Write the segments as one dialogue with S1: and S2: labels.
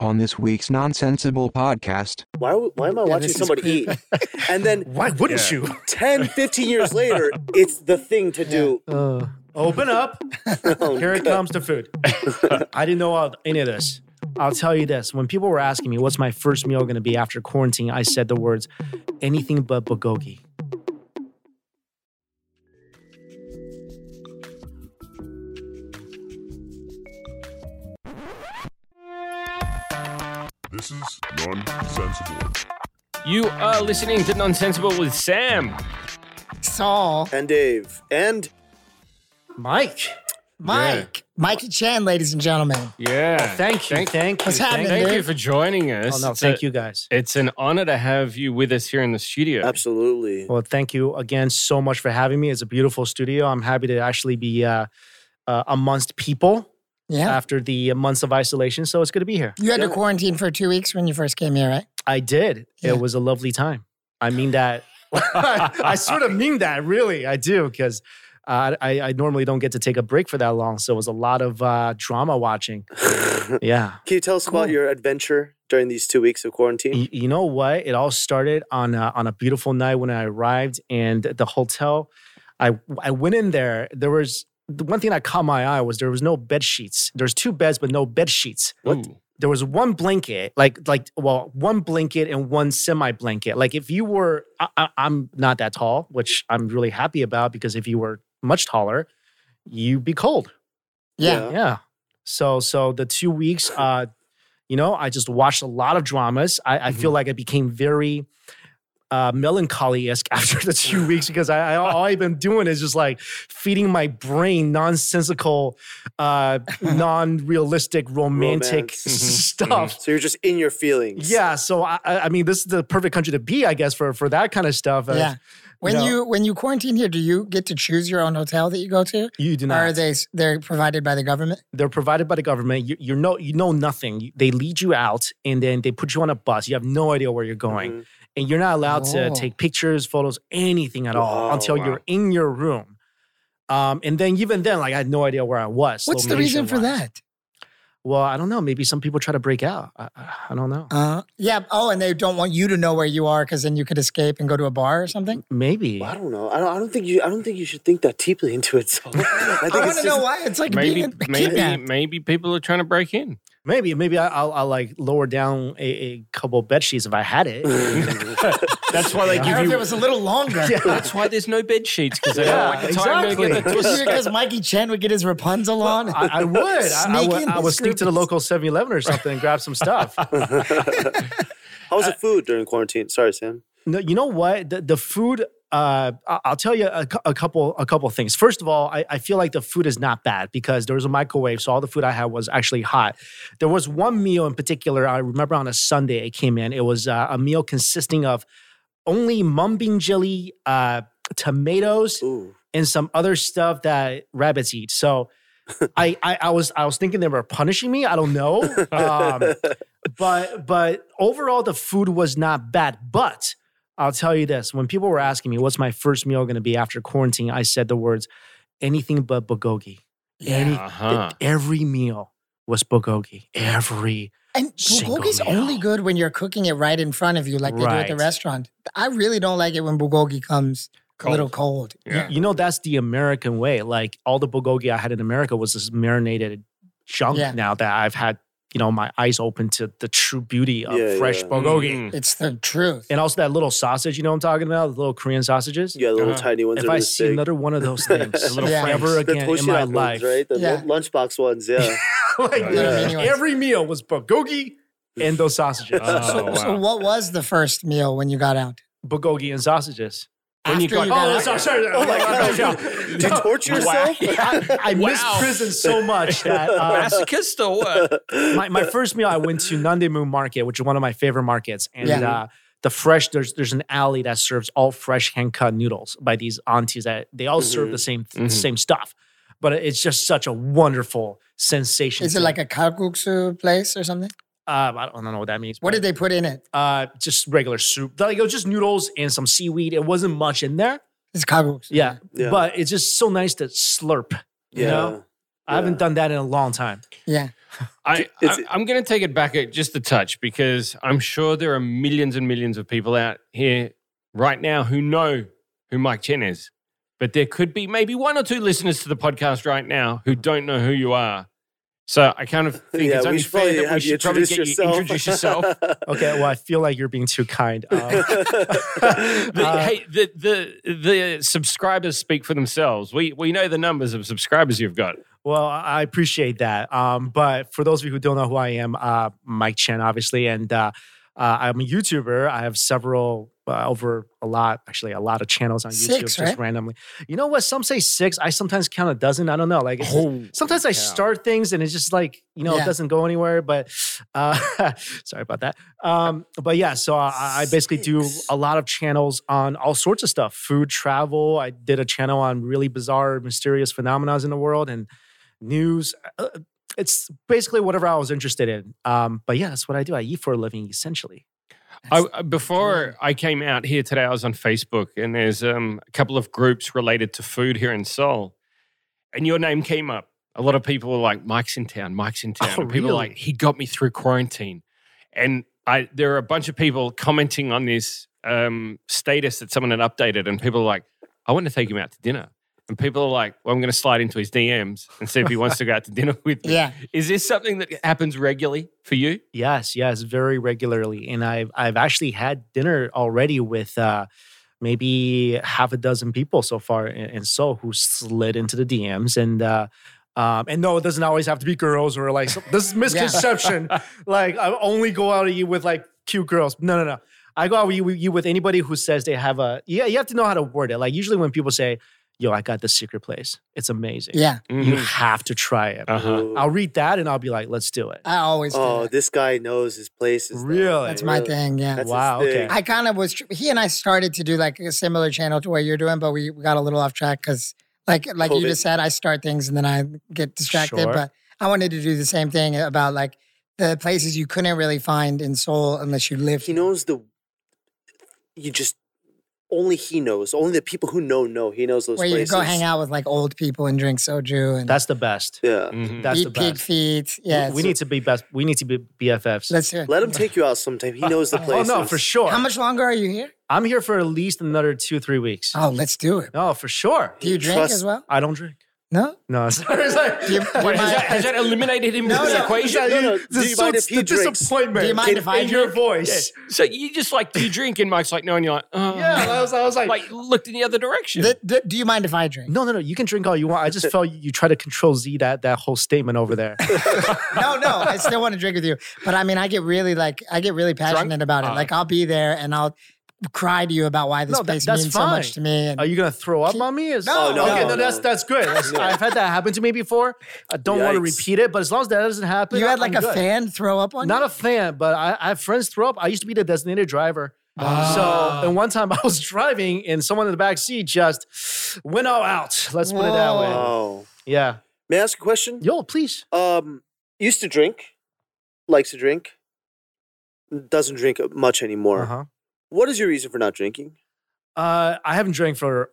S1: on this week's Nonsensible podcast.
S2: Why, w- why am I watching
S3: this is
S2: somebody eat? And then
S3: Why wouldn't
S4: Yeah.
S3: you?
S2: 10, 15 years later, it's the thing to do.
S3: Uh,
S4: Open up. Here it comes to food.
S3: I didn't know all, any of this. I'll tell you this: when people were asking me what's my first meal going to be after quarantine, I said the words, "Anything but bulgogi."
S5: This is nonsensible.
S6: You are listening to Nonsensible with Sam.
S7: Saul,
S2: And Dave. And
S3: Mike,
S7: Mike, Mikey Chan, ladies and gentlemen.
S6: Yeah.
S3: thank you,
S6: Oh, Thank,
S3: thank you.
S7: What's
S3: thank
S7: happening,
S6: thank
S7: dude?
S6: you for joining us.
S3: Oh no,
S6: It's
S3: thank
S6: a-
S3: you guys.
S6: It's an honor to have you with us here in the studio.
S2: absolutely.
S3: Well, thank you again so much for having me. It's a beautiful studio. I'm happy to actually be uh, uh, amongst people
S7: Yeah.
S3: after the months of isolation. So it's good to be here.
S7: You had to
S2: yeah.
S7: quarantine for two weeks when you first came here, right?
S3: I did.
S7: Yeah.
S3: It was a lovely time. I mean that. I sort of mean that, really. I do because uh, I, I normally don't get to take a break for that long. So it was a lot of uh, drama watching.
S2: Can
S3: Yeah.
S2: you tell us about your adventure during these two weeks of quarantine?
S3: Y- You know what? It all started on a, on a beautiful night when I arrived, and the hotel. I I went in there. There was the one thing that caught my eye was there was no bed sheets. There's two beds, but no bed sheets.
S6: Ooh.
S3: There was one blanket, like like well, one blanket and one semi blanket. Like if you were, I, I, I'm not that tall, which I'm really happy about because if you were much taller, you'd be cold.
S7: Yeah.
S3: Yeah. So so the two weeks, uh, you know, I just watched a lot of dramas. I, I feel like I became very uh, melancholy esque after the two weeks because I, I all I've been doing is just like feeding my brain nonsensical, uh, non realistic romantic
S2: Romance. Mm-hmm.
S3: stuff.
S2: Hmm. So you're just in your feelings.
S3: Yeah, so I, I I mean, this is the perfect country to be, I guess, for for that kind of stuff.
S7: Yeah.
S3: Uh,
S7: When
S3: No.
S7: you when you quarantine here, do you get to choose your own hotel that you go to?
S3: You do
S7: Or are
S3: not.
S7: they they're provided by the government?
S3: they're provided by the government. You, you know, you know nothing. You- They lead you out, and then they put you on a bus. You have no idea where you're going,
S2: Mhm.
S3: and you're not allowed to
S7: Mm. Oh.
S3: take pictures, photos, anything at all
S2: Wow,
S3: until
S6: wow.
S3: you're in your room. Um, and then even then, like I had no idea where I was.
S7: What's the reason for
S3: location-wise.
S7: that?
S3: Well, I don't know. Maybe some people try to break out. I, I, I don't know.
S7: Uh, yeah. Oh, and they don't want you to know where you are because then you could escape and go to a bar or something.
S3: Maybe.
S2: Well, I don't know. I don't, I don't think you. I don't think you should think that deeply into it. So I think
S7: I
S2: it's
S7: want to
S2: just-
S7: know why. It's like
S6: Maybe,
S7: being
S6: maybe,
S7: kidnapped.
S6: maybe people are trying to break in.
S3: Maybe. Maybe I, I'll, I'll like lower down a, a couple bed sheets if I had it.
S6: That's why they
S7: I don't know
S6: give
S7: if it
S6: you.
S7: was a little longer.
S6: That's why there's no bed sheets because they
S3: Yeah,
S6: don't like the time to get
S3: exactly.
S6: the twist.
S7: because Mikey Chen would get his Rapunzel on.
S3: I, I would. I, I
S7: Sneak
S3: would,
S7: in
S3: I
S7: the
S3: would sneak to the
S7: scroopies.
S3: local 7 Eleven or something and grab some stuff.
S2: How was the food during quarantine? Sorry, Sam.
S3: No, you know what? The, the food. Uh, I- I'll tell you a, cou- a couple a couple things. First of all, I, I feel like the food is not bad because there was a microwave, so all the food I had was actually hot. There was one meal in particular I remember on a Sunday it came in. It was uh, a meal consisting of only mumbing jelly, uh, tomatoes,
S2: Ooh.
S3: and some other stuff that rabbits eat. So I, I I was I was thinking they were punishing me. I don't know. Um, but but overall the food was not bad. But I'll tell you this: when people were asking me what's my first meal going to be after quarantine, I said the words anything but bulgogi. Any
S6: Uh-huh.
S3: every meal was bulgogi. Every
S7: And
S3: Single
S7: bulgogi's
S3: meal.
S7: only good when you're cooking it right in front of you, like they do at the
S3: Right.
S7: restaurant. I really don't like it when bulgogi comes a little cold.
S6: Yeah.
S3: you know that's the American way. Like all the bulgogi I had in America was this marinated junk.
S7: Yeah.
S3: Now that I've had you know my eyes open to the true beauty of
S2: Yeah,
S3: fresh
S2: yeah.
S3: bulgogi.
S6: Mm.
S7: It's the truth.
S3: And also that little sausage, you know what I'm talking about? The little Korean sausages.
S2: Yeah, the little
S6: Uh,
S2: tiny ones.
S3: If
S2: that are
S3: I
S2: this
S3: see
S2: big.
S3: another one of those things
S2: The
S7: little Yeah.
S3: ever
S2: The
S3: again in
S2: Toshinak
S3: my
S2: ones,
S3: life,
S2: right? The
S7: Yeah.
S2: lunchbox ones. Yeah.
S3: like
S6: Yeah.
S3: literally
S7: Yeah.
S3: every meal was bulgogi and those sausages.
S6: Oh, wow.
S7: So, what was the first meal when you got out?
S3: bulgogi and sausages.
S6: When you
S7: After
S6: got-
S7: you
S3: Oh,
S7: got out?
S3: sorry, sorry. Oh my
S2: God. Did you torture yourself?
S3: I, I
S6: Wow.
S3: miss prison so much that uh,
S6: Masochist or what?
S3: my, my first meal I went to Nandamu Market, which is one of my favorite markets, and
S7: Yeah.
S3: uh, the fresh there's there's an alley that serves all fresh hand cut noodles by these aunties that they all
S7: Mm-hmm.
S3: serve the same
S6: Mhm.
S3: same stuff, but it's just such a wonderful sensation.
S7: Is it
S3: to-
S7: like a kalguksu place or something?
S3: uh, I don't know what that means.
S7: What
S3: but,
S7: did they put in it?
S3: uh, just regular soup? Like it was just noodles and some seaweed. It wasn't much in there.
S7: It's kalguksu.
S3: Yeah,
S2: Yeah.
S3: but it's just so nice to slurp. You
S2: Yeah.
S3: know? I haven't done that in a long time.
S7: Yeah.
S6: I,
S2: It's-
S6: I, am going to take it back a- just a touch because I'm sure there are millions and millions of people out here right now who know who Mike Chen is. But there could be maybe one or two listeners to the podcast right now who don't know who you are. So I kind of think it's only fair that we should probably get you introduce yourself.
S3: Okay, well, I feel like you're being too kind. Um,
S6: The,
S3: Uh,
S6: hey, the, the the subscribers speak for themselves. We we know the numbers of subscribers you've got.
S3: well, I appreciate that. Um, but for those of you who don't know who I am, uh, Mike Chen, obviously, and uh, uh, I'm a YouTuber. I have several, uh, over a lot, actually, a lot of channels on YouTube
S7: Six,
S3: just
S7: right?
S3: randomly. You know what? Some say six. I sometimes count a dozen. I don't know. Like, it's- sometimes I start things and it's just like you know
S7: Yeah.
S3: it doesn't go anywhere. But uh, sorry about that. Um, but yeah, so I, I basically do
S7: Six.
S3: a lot of channels on all sorts of stuff: food, travel. I did a channel on really bizarre, mysterious phenomena in the world and news. Uh, It's basically whatever I was interested in. Um, but yeah, that's what I do. I eat for a living, essentially.
S6: I, I- before I came out here today, I was on Facebook, and there's um, a couple of groups related to food here in Seoul, and your name came up. A lot of people were like, "Mike's in town. Mike's in town."
S3: Oh,
S6: and people were
S3: really?
S6: like, "He got me through quarantine," and I there are a bunch of people commenting on this um, status that someone had updated, and people are like, "I want to take him out to dinner." And people are like, well, I'm going to slide into his DMs and see if he wants to go out to dinner with me.
S7: Yeah.
S6: Is this something that happens regularly for you?
S3: Yes, yes, very regularly, and I've I've actually had dinner already with uh, maybe half a dozen people so far in, in Seoul who slid into the DMs, and uh, um, and no, it doesn't always have to be girls or like some, this is misconception. like I only go out to eat with like cute girls. No, no, no. I go out with you, with you with anybody who says they have a. Yeah, you have to know how to word it. Like usually when people say, "Yo, I got the secret place. It's amazing.
S7: Yeah. Mm-hmm. Uh,
S3: You have to try it."
S6: Uh-huh.
S3: I'll read that and I'll be like, "Let's do it."
S7: I always. do
S2: oh,
S7: that.
S2: this guy knows his places. though.
S3: Really?
S7: That's my thing. Yeah.
S2: That's his
S3: Wow,
S2: thing.
S3: okay.
S7: I kind of was. tr- He and I started to do like a similar channel to what you're doing, but we we got a little off track because, like, like you
S2: COVID.
S7: just said, I start things and then I get distracted.
S3: Sure.
S7: But I wanted to do the same thing about like the places you couldn't really find in Seoul unless you lived.
S2: He knows the. You just only he knows. Only the people who know know. He knows those
S7: where you
S2: places.
S7: go hang out with like old people and drink soju and
S3: That's the best.
S2: Yeah.
S6: Mhm.
S3: That's the
S7: eat pig
S3: best.
S7: feet.
S3: We-
S7: Yeah,
S3: we,
S7: it's-
S3: need to be best. We need to be BFFs.
S7: Let's hear. it.
S2: Let him take you out sometime. He knows the
S3: oh
S2: places.
S3: no, for sure.
S7: How much longer are you here?
S3: I'm here for at least another two, three weeks.
S7: Oh, let's do it.
S3: No, for sure.
S7: Do you drink
S2: Trust-
S7: as well?
S3: I don't drink.
S7: No.
S3: No, sorry. it's like-
S7: Do you, do you
S6: Wait, has, that,
S7: mind,
S6: has that eliminated him from the
S7: no,
S6: equation?
S2: No, no.
S3: It's
S2: Do you
S3: so-
S2: mind
S3: it's
S2: if he
S3: the
S2: drinks?
S3: disappointment
S7: Do you mind
S3: in,
S7: if I
S3: in your
S7: drink?
S3: voice?
S6: So you just like do you drink, and Mike's like no, and you're like, oh.
S3: Yeah, I was, I was like,
S6: like looked in the other direction.
S7: th- th- do you mind if I drink?
S3: no, no, no. You can drink all you want. I just felt you try to control Z that that whole statement over there.
S7: no, no, I still want to drink with you. But I mean, I get really like, I get really passionate about it.
S6: Ah.
S7: like, I'll be there and I'll cry to you about why this
S3: No, that-
S7: place
S3: that's
S7: means so much
S3: fine.
S7: to me. And
S3: Are you gonna throw up on me? Is-
S7: No, Oh, no,
S3: okay, no,
S2: no.
S3: that's that's good. That's- I've had that happen to me before. I don't want to
S2: Yikes.
S3: repeat it, but as long as that doesn't happen,
S7: you had
S3: I'm
S7: like a
S3: good.
S7: fan throw up on
S3: Not a fan, but I, I have friends throw up. I used to be the designated driver.
S7: Oh,
S2: Ah.
S3: So, and one time I was driving and someone in the back seat just went all out. Let's put it that way.
S2: Oh.
S3: Yeah.
S2: May I ask a question?
S3: Yo, please.
S2: Um, used to drink, likes to drink, doesn't drink much anymore.
S3: Uh-huh.
S2: What is your reason for not drinking?
S3: Uh, I haven't drank for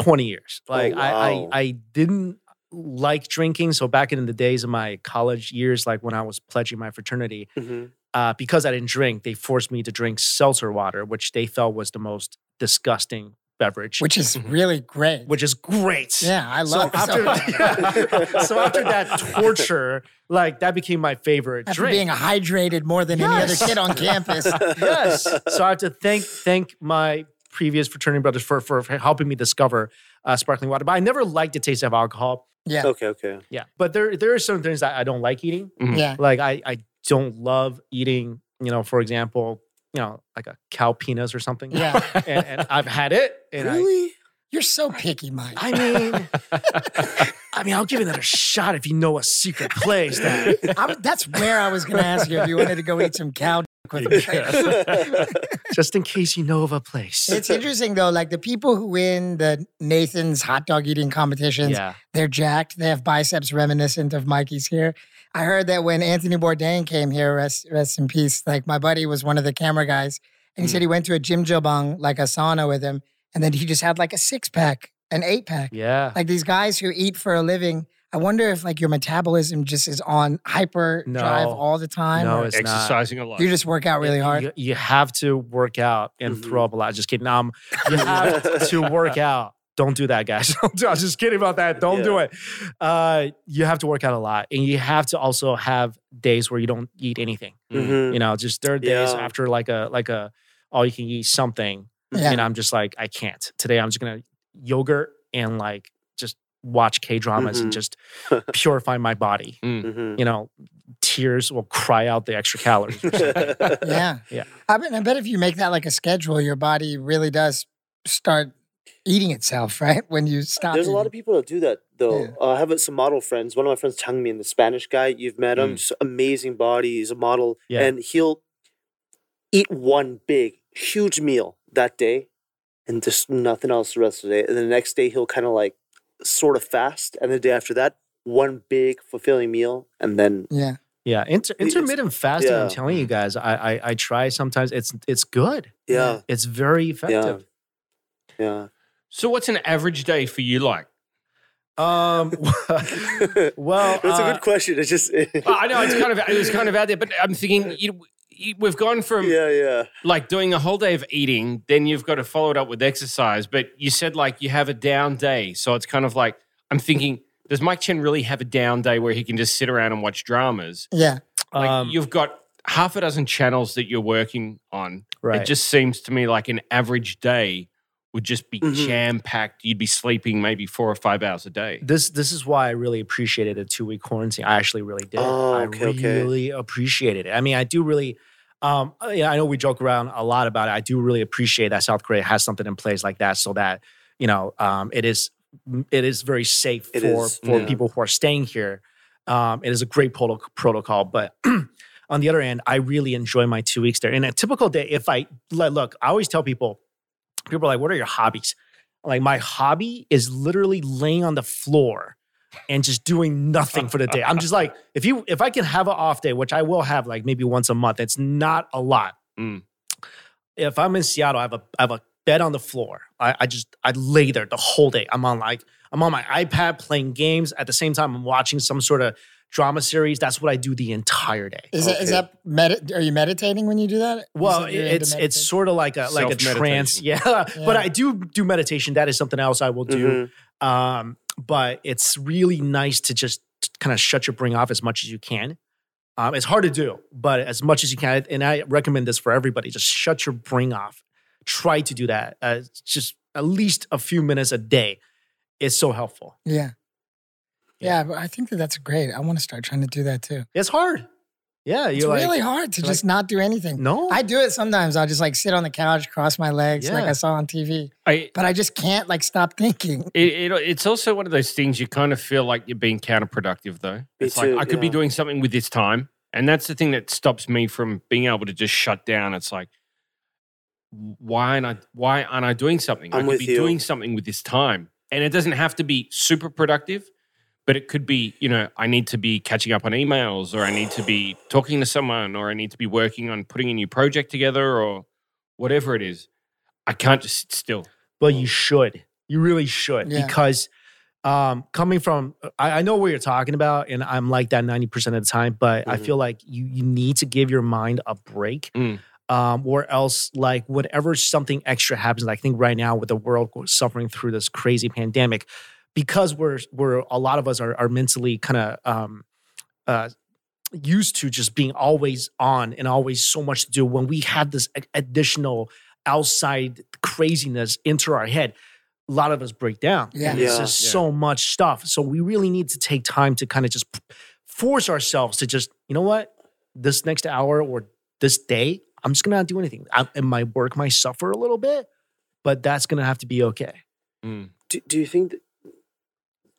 S3: 20 years.
S2: Oh,
S3: Like, I, I,
S2: wow.
S3: I didn't like drinking. So, back in the days of my college years, like when I was pledging my fraternity,
S2: Mm-hmm.
S3: uh, because I didn't drink, they forced me to drink seltzer water, which they felt was the most disgusting beverage,
S7: which is really great.
S3: which is great.
S7: yeah, I
S3: Mm-hmm. so
S7: love
S3: after,
S7: after,
S3: so after that torture, like that became my favorite
S7: after
S3: drink.
S7: being hydrated more than
S3: Yes.
S7: any other kid on campus.
S3: yes. So I have to thank thank my previous fraternity brothers for for, for helping me discover uh, sparkling water. But I never liked the taste of alcohol.
S7: Yeah,
S2: Okay, okay.
S3: Yeah. But there there are some things that I don't like eating.
S7: yeah.
S3: Like I I don't love eating. You know, for example, you know, like a cow penis or something.
S7: Yeah,
S3: and, and I've had it. And I-
S7: you're so picky, Mike.
S3: I mean, I mean, I'll give it another shot if you know a secret place that
S7: I'm, that's where I was going to ask you if you wanted to go eat some cow. dick with me.
S3: just in case you know of a place.
S7: It's interesting though, like the people who win the Nathan's hot dog eating competitions,
S3: yeah.
S7: They're jacked. They have biceps reminiscent of Mikey's here. I heard that when Anthony Bourdain came here, rest, rest in peace, like my buddy was one of the camera guys, and he
S3: Mm.
S7: said he went to a Jim Jobong, like a sauna with him, and then he just had like a six pack, an eight pack.
S3: Yeah.
S7: Like these guys who eat for a living. I wonder if like your metabolism just is on hyper drive
S3: No.
S7: all the time.
S3: No,
S7: or
S3: it's not.
S6: Exercising a lot.
S7: you just work out really hard.
S3: You, you have to work out and
S2: Mhm.
S3: throw up a lot. Just kidding. Um, you have to work out. Don't do that, guys. Don't do- I was just kidding about that. Don't do it. Uh, you have to work out a lot, and you have to also have days where you don't eat anything.
S2: Mhm.
S6: Mm.
S3: You know, just there are days
S2: Yeah.
S3: after like a like a all you can eat something,
S7: Yeah.
S3: and I'm just like I can't today. I'm just gonna yogurt and like just watch K dramas and
S2: Mhm.
S3: just purify my body.
S2: Mhm.
S3: You know, tears will cry out the extra calories. or something.
S2: Mm-hmm.
S7: yeah.
S3: Yeah.
S7: I bet, I bet if you make that like a schedule, your body really does start eating itself, right? When you stop.
S2: There's a lot of
S7: eating.
S2: people that do that though.
S7: Yeah.
S2: Uh, I have some model friends. One of my friends, Changmin, the Spanish guy. You've met him.
S6: Mm.
S2: Just amazing body. He's a model,
S3: Yeah.
S2: and he'll eat one big, huge meal that day, and just nothing else the rest of the day. And the next day, he'll kind of like sort of fast, and the day after that, one big fulfilling meal, and then
S7: Yeah.
S3: Yeah, inter-
S2: It's-
S3: intermittent fasting.
S2: yeah.
S3: I'm telling you guys, I, I I try sometimes. It's it's good.
S2: yeah,
S3: It's very effective.
S2: yeah.
S6: so what's an average day for you like?
S3: Um, well,
S2: that's a
S3: uh,
S2: good question. It's just
S6: Well, I know it's kind of it's kind of out there, but I'm thinking you, you, we've gone from
S2: yeah, yeah.
S6: like doing a whole day of eating, then you've got to follow it up with exercise. But you said like you have a down day, so it's kind of like I'm thinking, does Mike Chen really have a down day where he can just sit around and watch dramas?
S7: Yeah.
S6: Like
S3: um,
S6: you've got half a dozen channels that you're working on.
S3: right.
S6: It just seems to me like an average day would just be
S2: Mhm.
S6: jam packed. You'd be sleeping maybe four or five hours a day.
S3: this this is why I really appreciated a two week quarantine. I actually really did.
S2: Oh,
S3: I
S2: okay, okay.
S3: really appreciated it. I mean, I do really. Um, uh, yeah, I know we joke around a lot about it. I do really appreciate that South Korea has something in place like that, so that you know, um, it is it is very safe
S2: It
S3: for
S2: is,
S3: for
S2: yeah.
S3: people who are staying here. Um, it is a great proto- protocol, but. On the other hand, I really enjoy my two weeks there. And a typical day, if I like, look, I always tell people, people are like, "What are your hobbies?" Like my hobby is literally laying on the floor and just doing nothing for the day. I'm just like, if you if I can have an off day, which I will have like maybe once a month, it's not a lot.
S6: Mm.
S3: If I'm in Seattle, I have a I have a bed on the floor. I, I just I lay there the whole day. I'm on like I'm on my iPad playing games. At the same time, I'm watching some sort of drama series. That's what I do the entire day.
S7: Is that is
S2: Okay.
S7: that med- are you meditating when you do that? You
S3: Well,
S7: said you're into
S3: it's it's
S7: meditation.
S3: sort of like a like a trance, yeah. But
S7: Yeah.
S3: I do do meditation. That is something else I will do.
S2: Mhm.
S3: Um, but it's really nice to just kind of shut your brain off as much as you can. Um, it's hard to do, but as much as you can, and I recommend this for everybody: just shut your brain off. Try to do that. Uh, it's just at least a few minutes a day. It's so helpful.
S7: yeah.
S3: Yeah.
S7: Yeah, but I think that that's great. I want to start trying to do that too.
S3: It's hard. Yeah,
S7: It's
S3: you're like
S7: really hard to
S3: you're
S7: just not do anything.
S3: no.
S7: I do it sometimes. I'll just like sit on the couch, cross my legs, like
S3: Yeah.
S7: I saw on TV,
S6: I,
S7: but I just can't like stop thinking.
S6: It, it, it's also one of those things you kind of feel like you're being counterproductive, though. it's
S2: too,
S6: like I could be
S2: yeah.
S6: doing something with this time, and that's the thing that stops me from being able to just shut down. It's like, why aren't I? Why aren't I doing something?
S2: I'm
S6: I could
S2: with
S6: be
S2: you.
S6: doing something with this time, and it doesn't have to be super productive, but it could be. You know, I need to be catching up on emails, or I need to be talking to someone, or I need to be working on putting a new project together, or whatever it is. I can't just sit still.
S3: but you should. You really should
S7: Yeah.
S3: because um, coming from, I, I know what you're talking about, and I'm like that 90% of the time. But I
S2: Mhm.
S3: feel like you you need to give your mind a break,
S6: Mm.
S3: um, or else like whatever something extra happens. I think right now with the world go- suffering through this crazy pandemic, because we're we're a lot of us are are mentally kind of. Um, uh, used to just being always on and always so much to do when we have this a- additional outside craziness into our head a lot of us break down
S7: Yeah.
S3: And it's
S2: Yeah.
S3: just
S6: Yeah.
S3: so much stuff so we really need to take time to kind of just p- force ourselves to just you know what this next hour or this day i'm just gonna not do anything I, and my work might suffer a little bit but that's gonna have to be okay
S2: Do, do you think that,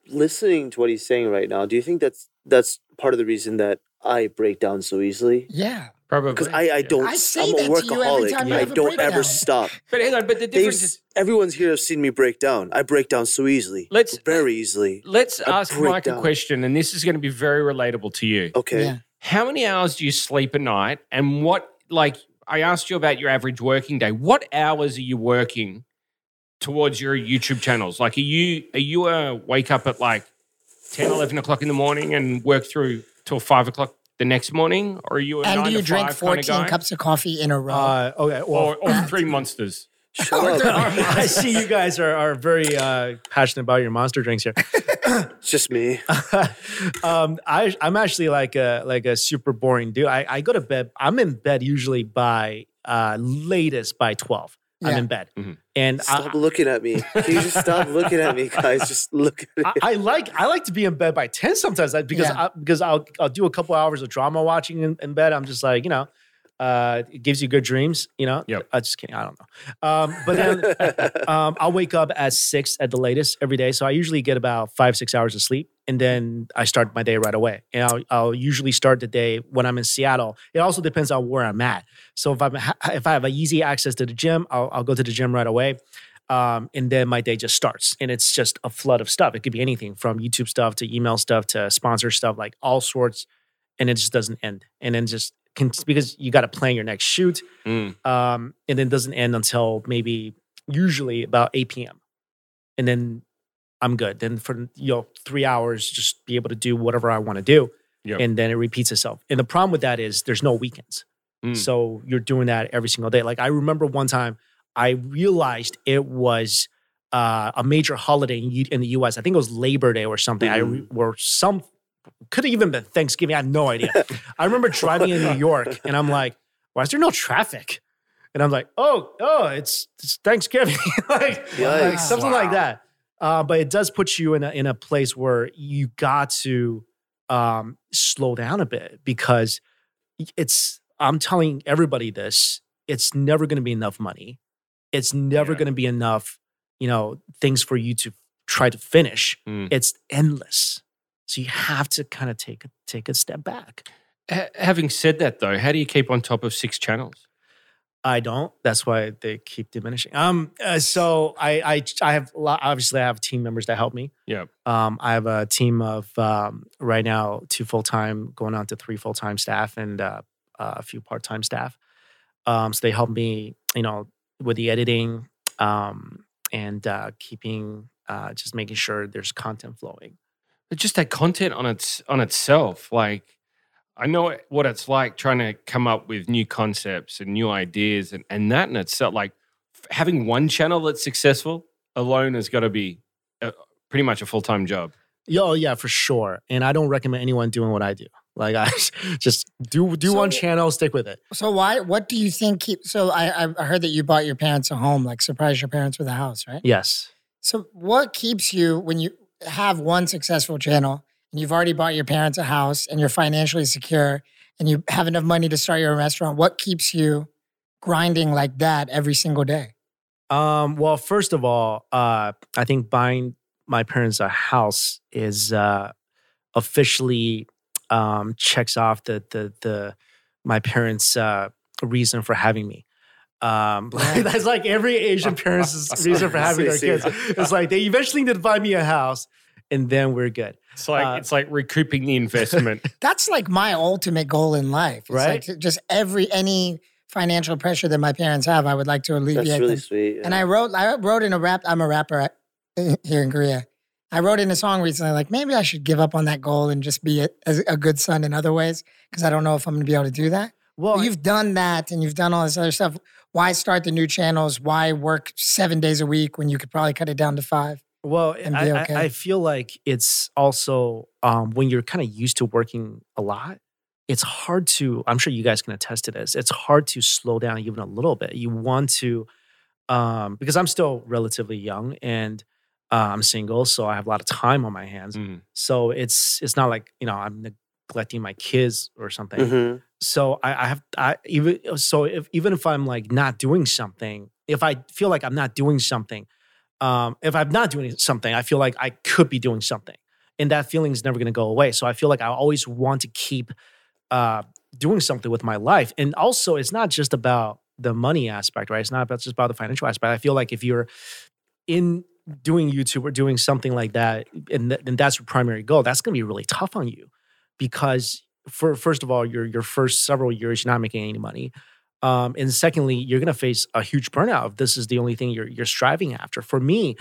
S2: listening to what he's saying right now? Do you think that's that's part of the reason that I break down so easily?
S7: Yeah.
S6: Probably
S2: Because I, I don't.
S7: I say
S2: am a
S7: that to you every
S2: workaholic.
S7: time you
S2: I
S7: have a
S2: don't ever
S7: breakdown.
S2: stop.
S6: But hang on, but the
S2: They've,
S6: difference is
S2: s- everyone's here has seen me break down. I break down so easily.
S6: Let's-
S2: very easily.
S6: let's
S2: a
S6: ask Mike a
S2: breakdown.
S6: question, and this is going to be very relatable to you.
S2: Okay.
S7: Yeah.
S6: How many hours do you sleep a night? And what, like, I asked you about your average working day. What hours are you working towards your YouTube channels? Like, are you are you a wake up uh, at like 10, 11 o'clock in the morning and work through till five o'clock the next morning? Or are you a
S7: And
S6: nine
S7: do you
S6: to
S7: drink
S6: five kind
S7: fourteen
S6: of guy?
S7: cups of coffee in a row?
S3: Uh, okay. Well,
S6: or, or three monsters?
S2: Shut up.
S3: I see you guys are, are very uh, passionate about your monster drinks here.
S2: It's just me.
S3: Uh, um, I, I'm actually like a like a super boring dude. I, I go to bed. I'm in bed usually by uh, latest by twelve. I'm
S7: Yeah.
S3: in bed,
S6: Mhm.
S3: and
S2: Stop
S3: I,
S2: looking at me. Can you just stop looking at me, guys? Just look at
S3: I, I like I like to be in bed by ten sometimes like, because
S7: Yeah.
S3: I, because I'll I'll do a couple hours of drama watching in, in bed. I'm just like you know. Uh, it gives you good dreams, you know.
S6: Yep.
S3: I just kidding. I don't know. Um, but then
S2: it.
S3: um, I'll wake up at six at the latest every day. So I usually get about five, six hours of sleep. And then I start my day right away. And I'll, I'll usually start the day when I'm in Seattle. It also depends on where I'm at. So if I'm ha- if I have a easy access to the gym, I'll, I'll go to the gym right away. Um, and then my day just starts. And it's just a flood of stuff. It could be anything from YouTube stuff to email stuff to sponsor stuff, like all sorts. And it just doesn't end. And then just con- because you got to plan your next shoot
S6: Mm.
S3: um, and then doesn't end until maybe usually about 8 p.m. And then I'm good. Then for you know three hours, just be able to do whatever I want to do,
S6: Yep.
S3: and then it repeats itself. And the problem with that is there's no weekends,
S6: Mm.
S3: so you're doing that every single day. Like I remember one time, I realized it was. Uh, a major holiday in, U- in the U.S. I think it was Labor Day or something. I re-
S6: Mm.
S3: or some could have even been Thanksgiving. I have no idea. I remember driving in New York, and I'm like, "Why is there no traffic?" And I'm like, "Oh, oh, it's, it's Thanksgiving, like, like
S2: Yikes.
S3: something like that." Uh, but it does put you in a in a place where you got to um, slow down a bit because it's. I'm telling everybody this. It's never going to be enough money. It's never
S6: Yeah.
S3: going to be enough, you know, things for you to try to finish.
S6: Mm.
S3: It's endless. So you have to kind of take a take a step back.
S6: Ha- having said that, though, how do you keep on top of six channels?
S3: I don't. That's why they keep diminishing. Um. uh, so I I I have lo- obviously I have team members that help me.
S6: Yep.
S3: Um. I have a team of um right now two full time going on to three full time staff and uh, uh, a few part time staff. Um. So they help me. You know, with the editing. Um. And uh, keeping uh, just making sure there's content flowing.
S6: But just that content on its on itself, like I know it- what it's like trying to come up with new concepts and new ideas, and and that in itself, like f- having one channel that's successful alone has got to be uh pretty much a full time job.
S3: Yeah, Oh yeah, for sure. And I don't recommend anyone doing what I do. Like I just do do one
S7: So-
S3: channel, stick with it.
S7: so why? What do you think? Keep so I I- I heard that you bought your parents a home, like surprise your parents with a house, right?
S3: Yes.
S7: So what keeps you when you have one successful channel and you've already bought your parents a house and you're financially secure and you have enough money to start your own restaurant? What keeps you grinding like that every single day?
S3: Um, well, first of all, uh, I think buying my parents a house is uh, officially um, checks off the the the my parents' uh, reason for having me. Um,
S7: Right.
S3: that's like every Asian parent's reason for having their kids. It's like they eventually did buy me a house, and then we're good.
S6: It's like
S3: Uh,
S6: it's like recouping the investment.
S7: That's like my ultimate goal in life. It's like
S3: Right?
S7: to- just every any financial pressure that my parents have, I would like to alleviate.
S2: That's really
S7: them.
S2: sweet.
S7: And I wrote, I wrote in a rap. I'm a rapper uh, here in Korea. I wrote in a song recently, like maybe I should give up on that goal and just be a, as a good son in other ways because I don't know if I'm going to be able to do that.
S3: Well,
S7: But you've done that and you've done all this other stuff. Why start the new channels? Why work seven days a week when you could probably cut it down to five?
S3: Well,
S7: and
S3: I,
S7: be
S3: I-
S7: okay.
S3: I feel like it's also um, when you're kind of used to working a lot, it's hard to, I'm sure you guys can attest to this, it's hard to slow down even a little bit. You want to, um, because I'm still relatively young and uh, I'm single, so I have a lot of time on my hands.
S6: Mm.
S3: So it's it's not like, you know, I'm neglecting my kids or something
S2: Mhm.
S3: so I, I have I even so if even if I'm like not doing something, if I feel like I'm not doing something, um, if I'm not doing something, I feel like I could be doing something, and that feeling is never going to go away. So I feel like I always want to keep uh, doing something with my life, and also it's not just about the money aspect, right? It's not about just about the financial aspect. I feel like if you're in doing YouTube or doing something like that, and, th- and that's your primary goal, that's going to be really tough on you because for first of all, your your first several years you're not making any money, um, and secondly, you're going to face a huge burnout if this is the only thing you're you're striving after. For me,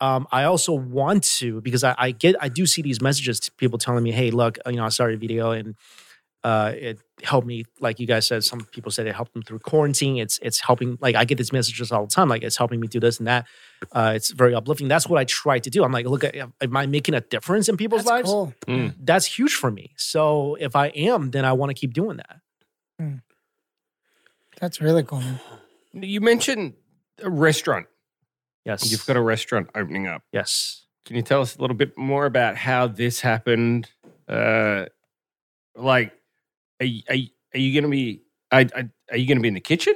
S3: Um, I also want to because I, I get I do see these messages to people telling me, hey, look, you know, I saw your video and uh, it helped me. Like you guys said, some people said it helped them through quarantine. It's it's helping. Like I get these messages all the time. Like it's helping me do this and that. Uh, it's very uplifting. That's what I try to do. I'm like, look, am I making a difference in people's
S7: That's
S3: lives?
S7: cool.
S6: Mm.
S3: That's huge for me. So if I am, then I want to keep doing that.
S7: That's really cool. Man.
S6: You mentioned a restaurant.
S3: Yes.
S6: You've got a restaurant opening up.
S3: yes.
S6: Can you tell us a little bit more about how this happened? Uh, like, are, y- are, y- are you going to be? I, I, are you going to be in the kitchen?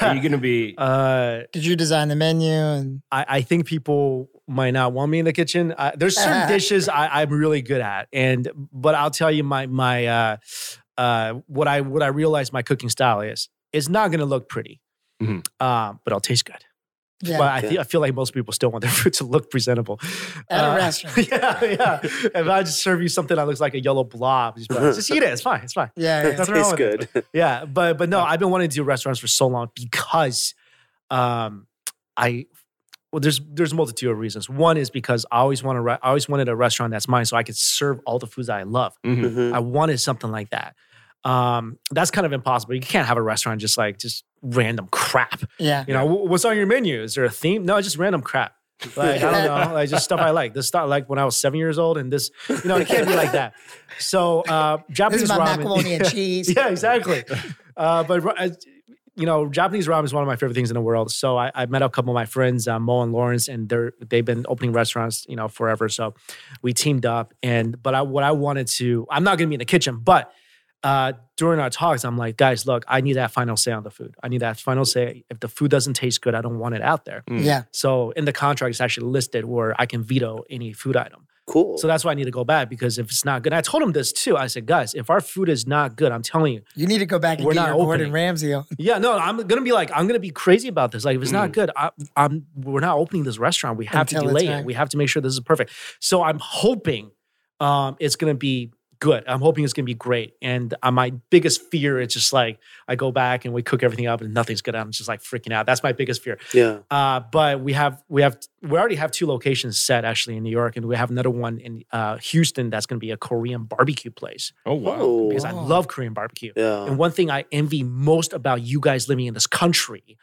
S6: Are you going to be?
S3: Uh,
S7: Did you design the menu? And
S3: I, I think people might not want me in the kitchen. Uh, there's certain dishes I, I'm really good at, and but I'll tell you my my uh, uh, what I what I realize my cooking style is. It's not going to look pretty,
S6: Mhm.
S3: uh, but it'll taste good.
S7: yeah,
S3: but I,
S2: Yeah.
S3: feel- I feel like most people still want their food to look presentable.
S7: At a
S3: Uh,
S7: restaurant.
S3: Yeah, yeah. If I just serve you something that looks like a yellow blob, just, be like, just eat it. It's fine. It's fine.
S7: yeah, yeah.
S3: Nothing wrong
S2: Tastes
S3: with it.
S2: good.
S3: Yeah, but but no, I've been wanting to do restaurants for so long because um I well there's there's a multitude of reasons. One is because I always want to re- I always wanted a restaurant that's mine so I could serve all the foods that I love.
S6: Mhm.
S2: Mhm.
S3: I wanted something like that. Um that's kind of impossible. You can't have a restaurant just like just random crap.
S7: yeah.
S3: You know, "Wh- what's on your menu? Is there a theme? No, just random crap. Like I don't know, like just stuff I like. This stuff I like when I was seven years old, and this, you know, it can't be like that. So uh,
S7: This
S3: Japanese
S7: is my
S3: ramen,
S7: macaroni and
S3: Yeah.
S7: cheese.
S3: Yeah, exactly. uh, but ra- uh, you know, Japanese ramen is one of my favorite things in the world. So I, I met a couple of my friends, uh, Mo and Lawrence, and they're they've been opening restaurants, you know, forever. So we teamed up, and but I what I wanted to, I'm not going to be in the kitchen, but uh, during our talks, I'm like, guys, look, I need that final say on the food. I need that final say. If the food doesn't taste good, I don't want it out there.
S6: Mm.
S7: Yeah.
S3: So in the contract, it's actually listed where I can veto any food item.
S2: Cool.
S3: So that's why I need to go back because if it's not good, I told him this too. I said, guys, if our food is not good, I'm telling you,
S7: You need to go back and
S3: We're
S7: get
S3: not
S7: your Gordon
S3: opening.
S7: Ramsay. on.
S3: yeah, no, I'm gonna be like, I'm gonna be crazy about this. Like, if it's not good, I, I'm we're not opening this restaurant. We have
S7: Mm. Until
S3: to
S7: it's
S3: delay
S7: right.
S3: it. We have to make sure this is perfect. So I'm hoping um, it's gonna be good. I'm hoping it's gonna be great. And uh, my biggest fear is just like I go back and we cook everything up and nothing's good. I'm just like freaking out. That's my biggest fear.
S2: yeah.
S3: Uh, but we have we have we already have two locations set actually in New York, and we have another one in uh, Houston that's gonna be a Korean barbecue place
S6: oh wow!
S2: Oh.
S3: because I
S7: Wow.
S3: love Korean barbecue.
S2: Yeah.
S3: And one thing I envy most about you guys living in this country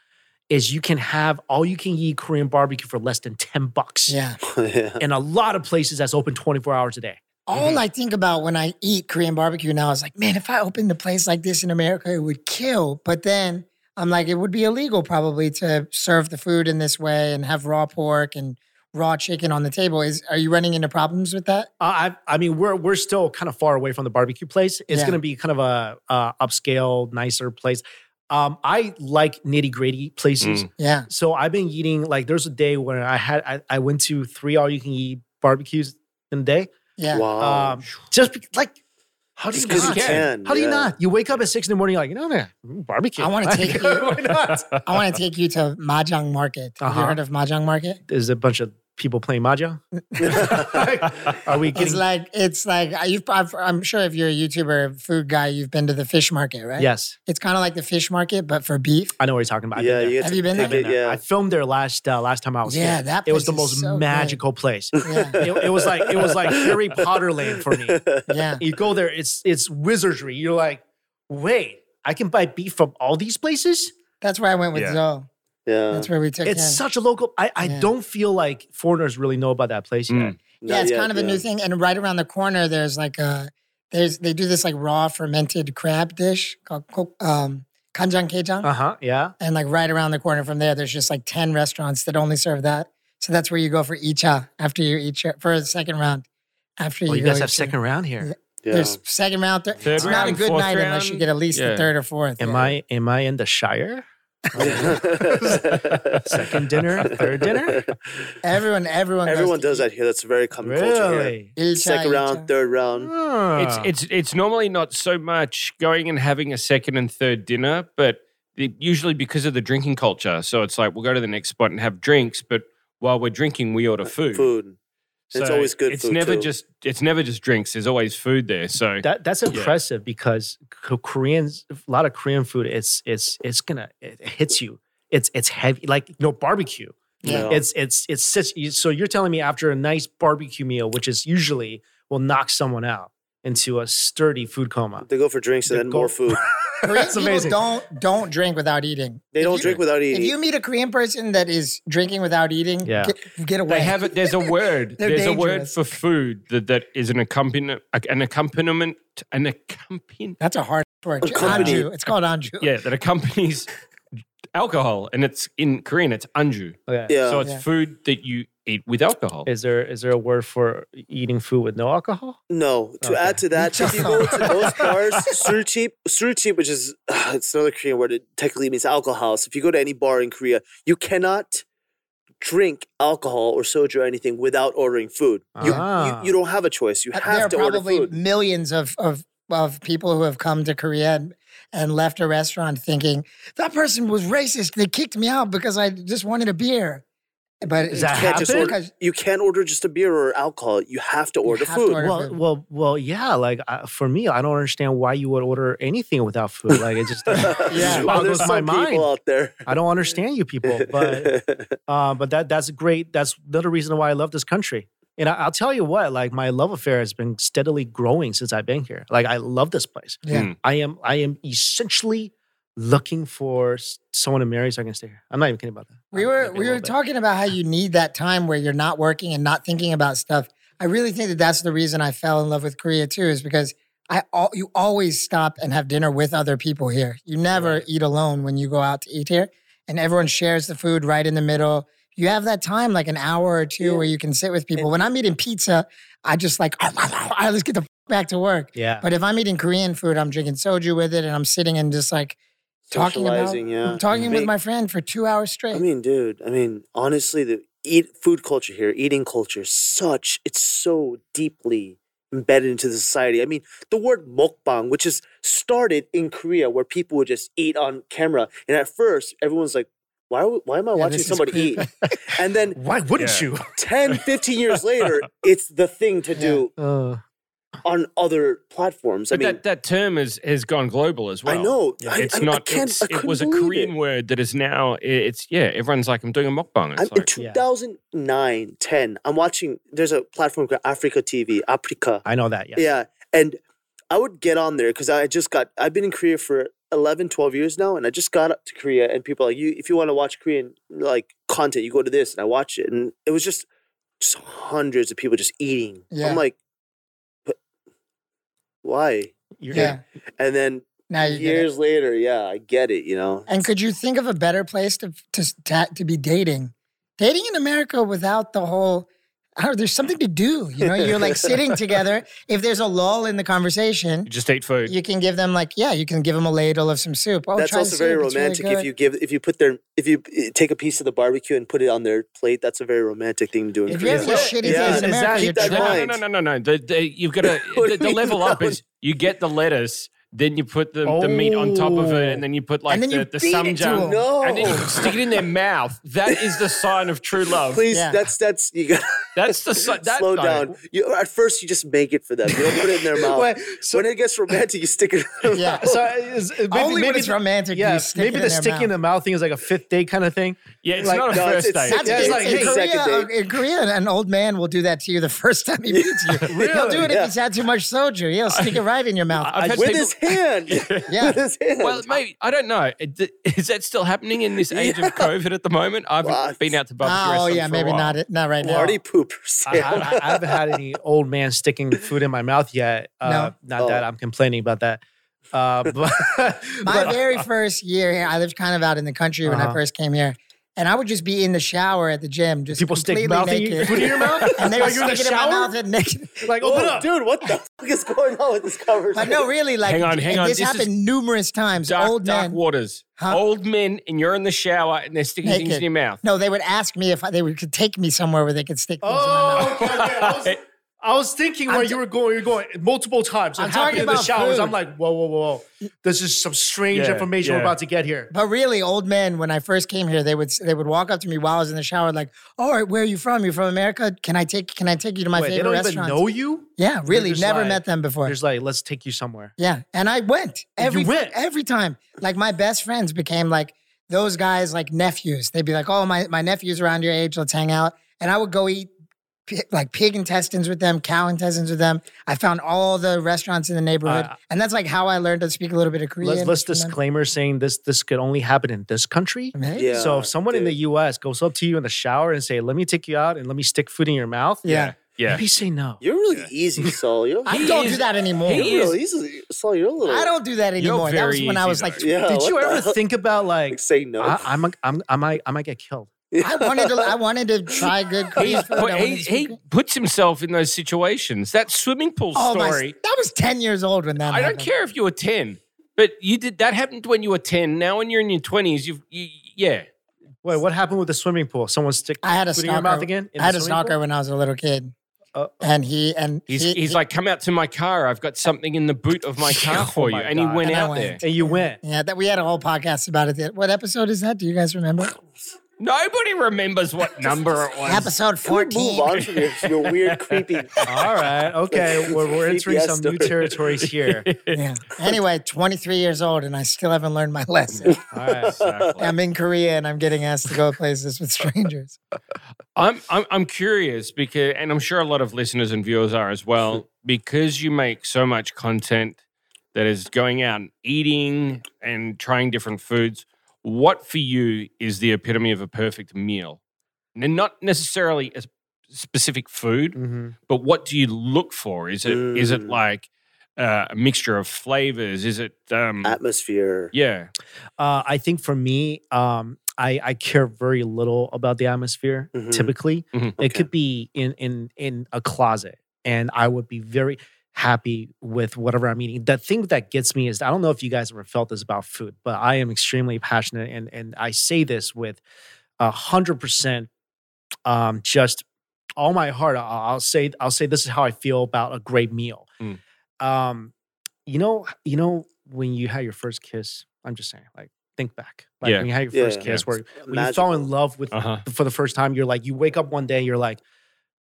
S3: is you can have all you can eat Korean barbecue for less than 10 bucks.
S7: Yeah.
S2: yeah.
S3: And a lot of places that's open 24 hours a day.
S7: All
S3: Mm-hmm.
S7: I think about when I eat Korean barbecue now is like, man, if I opened a place like this in America, it would kill. But then I'm like, it would be illegal probably to serve the food in this way and have raw pork and raw chicken on the table. Is are you running into problems with that?
S3: I, Uh, I I mean, we're we're still kind of far away from the barbecue place. It's
S7: Yeah.
S3: going to be kind of a uh, upscale, nicer place. Um, I like nitty gritty places.
S7: Yeah.
S3: So I've been eating like there's a day where I had I, I went to three all you can eat barbecues in a day.
S7: Yeah.
S2: Wow.
S3: Um, just be, like how do
S2: Just
S3: you
S2: 'cause
S3: not?
S2: you can.
S3: How do you
S2: yeah.
S3: not? You wake up at six in the morning, you're like, you know, man, barbecue.
S7: I wanna
S3: Like,
S7: take you.
S3: Why not?
S7: I want to take you to Mahjong Market. Have you
S3: Uh-huh.
S7: heard of Mahjong Market?
S3: There's a bunch of people playing mahjong. Are we
S7: It's
S3: getting?
S7: like it's like I- you've. I've, I'm sure if you're a YouTuber, food guy, you've been to the fish market, right?
S3: Yes,
S7: It's kind of like the fish market, but for beef.
S3: I know what you're talking about. I've
S2: yeah.
S3: been there.
S2: You
S7: Have
S2: have
S7: you been
S2: to
S7: there?
S3: I've been
S2: pick it,
S3: there.
S2: yeah.
S3: I filmed there last uh, last time I was
S7: Yeah,
S3: here.
S7: that
S3: it was
S7: place
S3: the
S7: is
S3: most
S7: so good.
S3: magical place.
S7: Yeah.
S3: It, it was like it was like Harry Potter land for me.
S7: Yeah.
S3: You go there, it's it's wizardry. You're like, wait, I can buy beef from all these places.
S7: That's where I went with
S6: Yeah.
S7: Zoe.
S2: yeah.
S7: That's where we took
S3: It's
S7: him.
S3: such a local. I, I
S7: Yeah.
S3: don't feel like foreigners really know about that place yet.
S6: Mm.
S7: yeah,
S2: Not
S7: it's
S2: yet,
S7: kind of a
S2: yeah.
S7: new thing. And right around the corner, there's like a there's they do this like raw fermented crab dish called ko- um, kanjang kejang.
S3: Uh huh. Yeah.
S7: And like right around the corner from there, there's just like ten restaurants that only serve that. So that's where you go for icha after you eat your, for a second round. After
S3: Well,
S7: you,
S3: Oh, you guys
S7: go
S3: have
S7: eat your-
S3: second round here.
S2: Yeah.
S7: There's second round, thir-
S6: Third
S7: It's not a
S6: round,
S7: good
S6: fourth
S7: night unless you
S6: round.
S7: get at least the
S6: Yeah.
S7: third or fourth.
S3: Am I
S7: yeah.
S3: am I in the Shire? Second dinner, third dinner?
S7: Everyone, everyone, goes
S2: Everyone
S7: to
S2: does
S7: eat.
S2: that here. That's a very common culture here.
S7: Icha,
S2: Second round,
S7: icha.
S2: third round. Uh.
S6: It's it's it's normally not so much going and having a second and third dinner, but the, usually because of the drinking culture. So it's like we'll go to the next spot and have drinks, but while we're drinking, we order food.
S2: Food. It's
S6: So
S2: always good
S6: It's
S2: food,
S6: never
S2: too.
S6: just it's never just drinks. There's always food there. So
S3: that that's impressive because K- Koreans a lot of Korean food it's it's it's gonna it hits you. It's it's heavy like you know barbecue.
S7: Yeah.
S2: No.
S3: It's it's it's such. So you're telling me after a nice barbecue meal, which is usually will knock someone out into a sturdy food coma.
S2: they go for drinks and
S3: They
S2: then
S3: go-
S2: more food.
S7: Korean
S3: That's
S7: people
S3: amazing.
S7: don't don't drink without eating.
S2: They
S7: If
S2: don't
S7: you-
S2: drink without
S7: If
S2: eating.
S7: you meet a Korean person that is drinking without eating,
S3: Yeah.
S7: get, get away.
S6: They have it. There's a word.
S7: They're
S6: there's a word
S7: dangerous.
S6: for food that, that is an accompaniment, an accompaniment, an accompaniment.
S7: That's a hard word.
S2: Accompany.
S7: Anju. It's called Uh, anju.
S6: Yeah, that accompanies alcohol, and it's in Korean. It's anju.
S3: Okay.
S2: yeah.
S6: so it's
S7: Yeah.
S6: food that you eat with alcohol.
S3: Is there is there a word for eating food with no alcohol?
S2: No, to add to that, if you go to most bars, surchip, surchip, which is uh, it's another Korean word, it technically means alcohol. So if you go to any bar in Korea, you cannot drink alcohol or soju or anything without ordering food. You,
S3: Ah.
S2: you, you don't have a choice. You
S7: Uh,
S2: have
S7: there are
S2: to order
S7: probably
S2: food.
S7: millions of, of of people who have come to Korea and, and left a restaurant thinking that person was racist. They kicked me out because I just wanted a beer. But
S3: Does
S7: it's
S3: that
S2: can't just
S3: happen?
S2: order- You can't order just a beer or alcohol. You have to
S7: You
S2: order
S7: have to
S2: food.
S7: order-
S3: Well,
S7: food.
S3: well, well, yeah. Like uh, for me, I don't understand why you would order anything without food. Like it just
S2: yeah,
S3: it
S2: well,
S3: boggles
S2: there's
S3: my
S2: some
S3: mind.
S2: people out there.
S3: I don't understand you people, but uh, but that that's great. That's another reason why I love this country. And I, I'll tell you what, like my love affair has been steadily growing since I've been here. Like I love this place.
S7: Yeah.
S6: Mm.
S3: I am I am essentially looking for s- someone to marry so I can stay here. I'm not even kidding about that.
S7: We
S3: I'm
S7: were
S3: joking a
S7: we were
S3: little bit.
S7: talking about how you need that time where you're not working and not thinking about stuff. I really think that that's the reason I fell in love with Korea too, is because I all you always stop and have dinner with other people here. You never eat alone when you go out to eat here, and everyone shares the food right in the middle. You have that time, like an hour or two,
S2: Yeah.
S7: where you can sit with people. When I'm eating pizza, I just like I just get the f- back to work.
S3: Yeah.
S7: But if I'm eating Korean food, I'm drinking soju with it, and I'm sitting and just like talking about
S2: Socializing, yeah.
S7: talking with
S2: Make-
S7: my friend for two hours straight.
S2: I mean, dude. I mean, honestly, the eat food culture here, eating culture, is such it's so deeply embedded into the society. I mean, the word mukbang, which is started in Korea, where people would just eat on camera, and at first, everyone's like, "Why? Are we, why am I
S7: Yeah,
S2: watching
S7: this is
S2: somebody eat?"
S7: creepy.
S2: And then
S3: Why wouldn't
S6: Yeah.
S3: you?
S2: 10, 15 years later, it's the thing to
S7: Yeah.
S2: do
S3: Uh,
S2: on other platforms. I
S6: But
S2: mean,
S6: that, that term has has gone global as well.
S2: I know. I-
S6: It's
S2: I- I
S6: not.
S2: can't-
S6: it's-
S2: I
S6: it was a
S2: couldn't believe
S6: Korean
S2: it.
S6: word that is now. i- It's yeah. Everyone's like, I'm doing a mukbang. It's
S2: I'm, in
S6: like,
S2: 2009, 10, I'm watching, there's a platform called Africa TV, Africa.
S3: I know that. Yes.
S2: Yeah. And I would get on there because I just got, I've been in Korea for 11, 12 years now. And I just got up to Korea and people are like, you, if you want to watch Korean like content, you go to this. And I watch it. And it was just, just hundreds of people just eating.
S7: Yeah.
S2: I'm like, but why?
S3: You're-
S7: yeah.
S2: And then
S7: Now you get it.
S2: years later, yeah, I get it, you know?
S7: And could you think of a better place to to ta- to be dating? Dating in America without the whole I don't know, there's something to do. You know, you're like sitting together. If there's a lull in the conversation,
S6: You just eat food.
S7: you can give them like, yeah, you can give them a ladle of some soup. Oh,
S2: that's
S7: try the
S2: also very
S7: soup, it's really
S2: romantic if
S7: good.
S2: you give if you put their if you eh, take a piece of the barbecue and put it on their plate that's a very romantic thing to do in
S7: If you
S2: korea
S7: have a shitty
S2: Yeah.
S7: place
S2: Is
S7: in
S2: that-
S7: America, you're
S2: keep that in
S6: no, no,
S7: trapped.
S2: mind.
S6: no, no, no, no. The, the, you've got to.
S2: What do
S6: the, the
S2: you
S6: level up
S2: know?
S6: is you get the lettuce, then you put the, the meat on top of it, and then you put like
S7: then you
S6: the, the
S7: feed it to
S6: samjang,
S7: 'em.
S2: no
S6: and then you stick it in their mouth. That is the sign of true love.
S2: please
S7: Yeah.
S2: that's that's you gotta
S6: That's the sign. That,
S2: slow
S6: no.
S2: down you, at first you just make it for them you don't put it in their mouth
S3: Wait, so-
S2: when it gets romantic you stick it in their
S7: Yeah.
S2: mouth.
S3: So is, maybe,
S7: Only
S3: maybe
S7: when it's
S3: the-
S7: romantic.
S3: Yeah,
S7: you stick
S3: maybe
S7: it
S3: the
S7: in their
S3: sticking in
S7: mouth.
S3: the mouth thing is like a fifth date kind of thing.
S6: Yeah, it's
S3: Like,
S6: not a
S2: no, it's-
S6: first
S2: it's-
S6: date.
S2: it's-
S7: That's
S2: Yeah,
S7: in,
S3: like
S7: in
S3: the
S2: second
S7: Korea.
S2: date.
S7: In Korea, an old man will do that to you the first time he meets you. He'll do it if
S2: Yeah.
S7: he's had too much soju. He'll stick it right in your mouth.
S6: I've had
S2: with
S6: people-
S2: his hand
S7: Yeah.
S2: with his hand
S6: Well, maybe I don't know. It- Is that still happening in this age of COVID at the moment? I haven't
S2: Well,
S6: been out to barbecue.
S7: Ah, oh
S6: restaurants
S7: yeah,
S6: for a
S7: maybe
S6: while.
S7: not it- not right now.
S2: party poopers
S3: I, I, I haven't had any old man sticking food in my mouth yet. Uh, Not that
S2: Oh.
S3: I'm complaining about that. Uh, but,
S7: My
S3: but-
S7: very first year here, I lived kind of out in the country when I
S3: Uh-huh.
S7: first came here, and I would just be in the shower at the gym, just
S3: people stick
S7: completely
S3: mouth in you-
S7: naked.
S3: food in your mouth.
S7: and they were
S3: Like, you're in the
S7: sticking it in my
S3: shower?
S7: mouth and naked.
S3: Like oh,
S2: Whoa,
S3: open
S7: Oh,
S3: up.
S2: dude what the fuck is going on with this conversation
S7: But no, really, like
S6: Hang on, hang
S7: and
S6: on,
S7: This,
S6: this is
S7: happened numerous times.
S6: Dark,
S7: Old
S6: dark
S7: men.
S6: waters.
S7: Huh?
S6: Old men, and you're in the shower, and they're sticking things
S7: Naked.
S6: in your mouth.
S7: No, they would ask me if I, they would, could take me somewhere where they could stick things in my
S3: Oh,
S7: mouth.
S3: okay, okay. I, was, I was thinking where you were going. You're going multiple times. It
S7: I'm
S3: happened
S7: talking
S3: in the
S7: about
S3: showers.
S7: food.
S3: I'm like, whoa, whoa, whoa, whoa. This is some strange
S6: Yeah,
S3: information
S6: yeah.
S3: we're about to get here.
S7: But really, old men, when I first came here, they would they would walk up to me while I was in the shower, like, "All right, where are you from? You're from America? Can I take Can I take you to my
S3: Wait, they
S7: favorite
S3: don't
S7: restaurant?"
S3: even know you.
S7: yeah, really,
S3: just
S7: never
S3: like-
S7: met them before.
S3: They're just like, let's take you somewhere.
S7: Yeah, and I went
S3: You
S7: every
S3: went?
S7: every time. Like my best friends became like those guys like nephews. They'd be like, "Oh, my my nephew's around your age. Let's hang out." And I would go eat pi- like pig intestines with them, cow intestines with them. I found all the restaurants in the neighborhood,
S3: Uh,
S7: and that's like how I learned to speak a little bit of Korean.
S3: Let's, let's
S7: from them.
S3: disclaimer saying this this could only happen in this country.
S7: Right?
S2: Yeah.
S3: so if someone in the U.S. goes up to you in the shower and say, "Let me take you out and let me stick food in your mouth,"
S7: Yeah.
S6: Yeah.
S3: maybe say no.
S2: You're really easy, Saul. You're,
S7: I
S6: He
S7: don't
S6: is-
S7: do that anymore.
S6: he
S2: you're really easy. Saul, you're a little.
S7: I don't do that
S6: You're
S7: anymore. That was
S6: very
S7: when I
S6: easy,
S7: was like,
S6: though.
S2: Yeah,
S3: Did
S2: what
S3: you
S2: the
S3: ever
S2: hell?
S3: think about
S2: Like,
S3: like
S2: say no?
S3: I, I'm, a, I'm I might I might get killed?
S7: I wanted to. I wanted to try good Korean food.
S6: But
S7: I
S6: he,
S7: wanted to
S6: he
S7: speak-
S6: puts himself in those situations. That swimming pool
S7: Oh my!
S6: story.
S7: That was ten years old when that.
S6: I don't
S7: happened.
S6: care if you were ten, but you did that happened when you were ten. Now when you're in your twenties, you've you, yeah.
S3: Wait, what happened with the swimming pool? Someone stick
S7: I had a
S3: food in your mouth
S7: stalker.
S3: again? In
S7: I
S3: the
S7: had a
S3: swimming pool?
S7: stalker when I was a little kid,
S3: Uh,
S7: and he and
S6: He's
S7: he,
S6: he's
S7: he-
S6: like, come out to my car. I've got something in the boot of my car
S3: Oh
S6: for
S3: my
S6: you, and he
S3: God.
S6: went
S7: And I
S6: out
S7: went.
S6: there.
S3: and you went.
S7: yeah. That we had a whole podcast about it. What episode is that? Do you guys remember?
S6: Nobody remembers what number it was.
S7: Episode
S2: Can we move
S7: fourteen.
S2: on from your, your weird, creepy.
S3: All right, okay, we're, we're
S2: Creepy
S3: entering
S2: ass
S3: some new
S2: story.
S3: territories here.
S7: Yeah. Anyway, twenty three years old, and I still haven't learned my lesson.
S3: All right.
S6: Exactly.
S7: I'm in Korea, and I'm getting asked to go places with strangers.
S6: I'm, I'm I'm curious because, and I'm sure a lot of listeners and viewers are as well, because you make so much content that is going out and eating and trying different foods. What for you is the epitome of a perfect meal? And not necessarily a s- specific
S7: Mm.
S6: food,
S3: hmm
S6: but what do you look for? Is it is it
S2: Mm.
S6: like uh, a mixture of flavors? Is it um,
S2: Atmosphere.
S6: yeah?
S3: Uh, I think for me, um, I, I care very little about the atmosphere.
S2: Mhm.
S3: Typically,
S6: Mhm.
S3: it could be in in in a closet, and I would be very happy with whatever I'm eating. The thing that gets me is I don't know if you guys ever felt this about food, but I am extremely passionate, and and I say this with a hundred percent, um, just all my heart. I'll, I'll say I'll say this is how I feel about a great meal.
S6: Mm.
S3: Um, you know, you know when you had your first kiss. I'm just saying, like think back, like
S6: Yeah.
S3: when you had your
S2: Yeah.
S3: first
S2: Yeah.
S3: kiss, where when you
S2: Magical.
S3: fall in love with
S6: Uh huh.
S3: for the first time, you're like you wake up one day and you're like,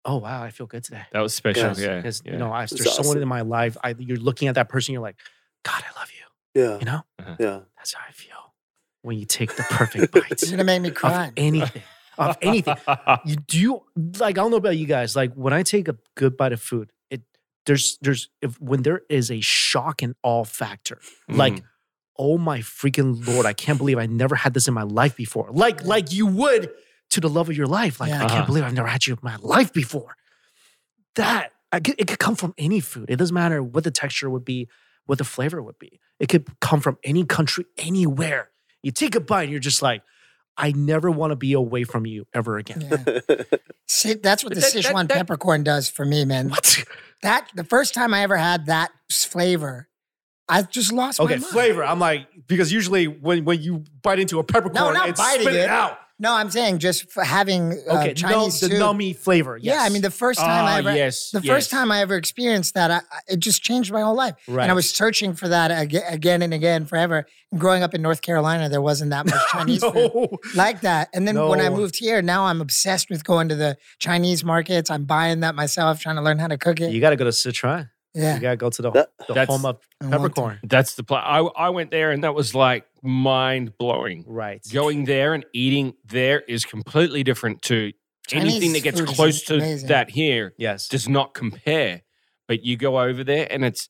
S3: oh wow, I feel good today.
S6: That was special.
S2: Yes,
S6: yeah.
S3: Because
S6: yeah.
S3: you know, I, there's
S2: It's
S3: someone
S2: awesome.
S3: in my life. I, you're looking at that person, you're like, God, I love you.
S2: Yeah.
S3: You know,
S6: Uh-huh.
S2: Yeah.
S3: that's how I feel when you take the perfect bite
S7: It's gonna make me
S3: of
S7: cry.
S3: anything. of anything. You do you- like I don't know about you guys. Like when I take a good bite of food, it there's there's if, when there is a shock and awe factor, like.
S6: Mhm.
S3: Oh my freaking lord! I can't believe I never had this in my life before. Like, like you would to the love of your life. Like,
S7: Yeah.
S3: I
S6: Uh-huh.
S3: can't believe I've never had you in my life before. That I could, it could come from any food. It doesn't matter what the texture would be, what the flavor would be. It could come from any country, anywhere. You take a bite, and you're just like, I never want to be away from you ever again.
S7: Yeah. Si- that's what the
S6: That- that-
S7: Sichuan
S6: that-
S7: peppercorn does for me, man.
S3: What?
S7: That the first time I ever had that s- flavor, I just lost
S3: Okay,
S7: my mind.
S3: flavor. I'm like because usually when when you bite into a peppercorn,
S7: No, not
S3: it's
S7: biting
S3: spitting
S7: it.
S3: out.
S7: No, I'm saying just f having uh,
S3: Okay,
S7: Chinese
S3: no, the
S7: too.
S3: nummy flavor. Yes. Oh,
S7: Yeah, I mean the first time
S6: Ah,
S7: I ever
S6: yes,
S7: the
S6: yes.
S7: first time I ever experienced that, I, I- it just changed my whole life.
S3: right.
S7: And I was searching for that aga- again and again forever. And growing up in North Carolina, there wasn't that much Chinese food
S3: no.
S7: like that. And then when I
S3: No.
S7: moved here, now I'm obsessed with going to the Chinese markets. I'm buying that myself, trying to learn how to cook it.
S3: You got to go to Sichuan.
S7: yeah,
S3: You got to go to the,
S2: That-
S3: the
S6: That's-
S3: home of
S7: I want to.
S3: peppercorn.
S6: That's the plan. I, I went there and that was like mind blowing.
S3: Right.
S6: Going there and eating there is completely different to anything
S7: Chinese
S6: that gets
S7: food is
S6: close to
S7: amazing.
S6: that here
S3: Yes.
S6: does not compare. But you go over there and it's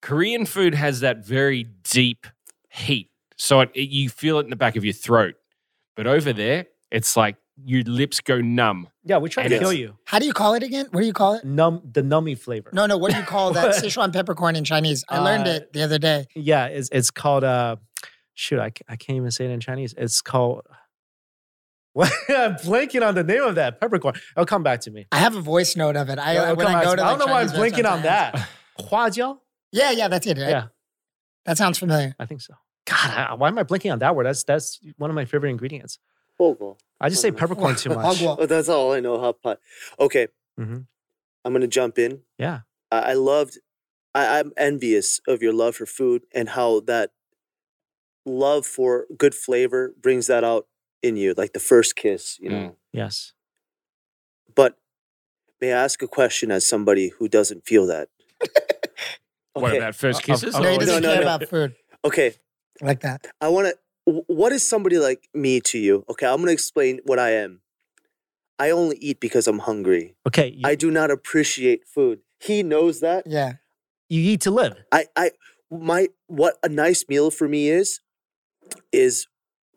S6: Korean food has that very deep heat. So it, it- you feel it in the back of your throat. But over there, it's like your lips go numb.
S3: yeah, we try to
S6: Yes.
S3: kill you.
S7: How do you call it again? What do you call it?
S3: Numb the nummy flavor.
S7: No, no. What do you call that
S3: What?
S7: Sichuan peppercorn in Chinese? I learned
S3: Uh,
S7: it the other day.
S3: Yeah, it's it's called uh shoot, I, ca- I can't even say it in Chinese. It's called what I'm blanking on the name of that peppercorn. It'll come back to me.
S7: I have a voice note of it. I,
S3: It'll
S7: when
S3: come
S7: I
S3: back
S7: go
S3: to
S7: to
S3: me. I don't
S7: like,
S3: know why I'm
S7: Chinese
S3: blanking on
S7: restaurants, I ask.
S3: that. Huajiao?
S7: Yeah, yeah, that's it. Right?
S3: Yeah.
S7: that sounds familiar.
S3: I think so. God, I- why am I blinking on that word? That's that's one of my favorite ingredients.
S2: Horrible.
S3: I just say peppercorn too much.
S7: Hogwa.
S2: Oh, that's all I know. Hot pot. Okay.
S3: Mhm.
S2: I'm gonna jump in.
S3: Yeah.
S2: I, I loved. I, I'm envious of your love for food and how that love for good flavor brings that out in you, like the first kiss, you know.
S6: Mm.
S3: Yes.
S2: But may I ask a question as somebody who doesn't feel that?
S6: What about first
S3: Uh, of-
S6: kisses?
S3: of-
S7: No, he
S3: Oh,
S7: doesn't
S2: no, no,
S7: care
S2: no.
S7: about food
S2: Okay.
S7: like that.
S2: I want to. wh- what is somebody like me to you? Okay, I'm gonna explain what I am. I only eat because I'm hungry.
S3: Okay, you,
S2: I do not appreciate food. He knows that.
S7: Yeah.
S3: you eat to live.
S2: I, I, my, what a nice meal for me is, is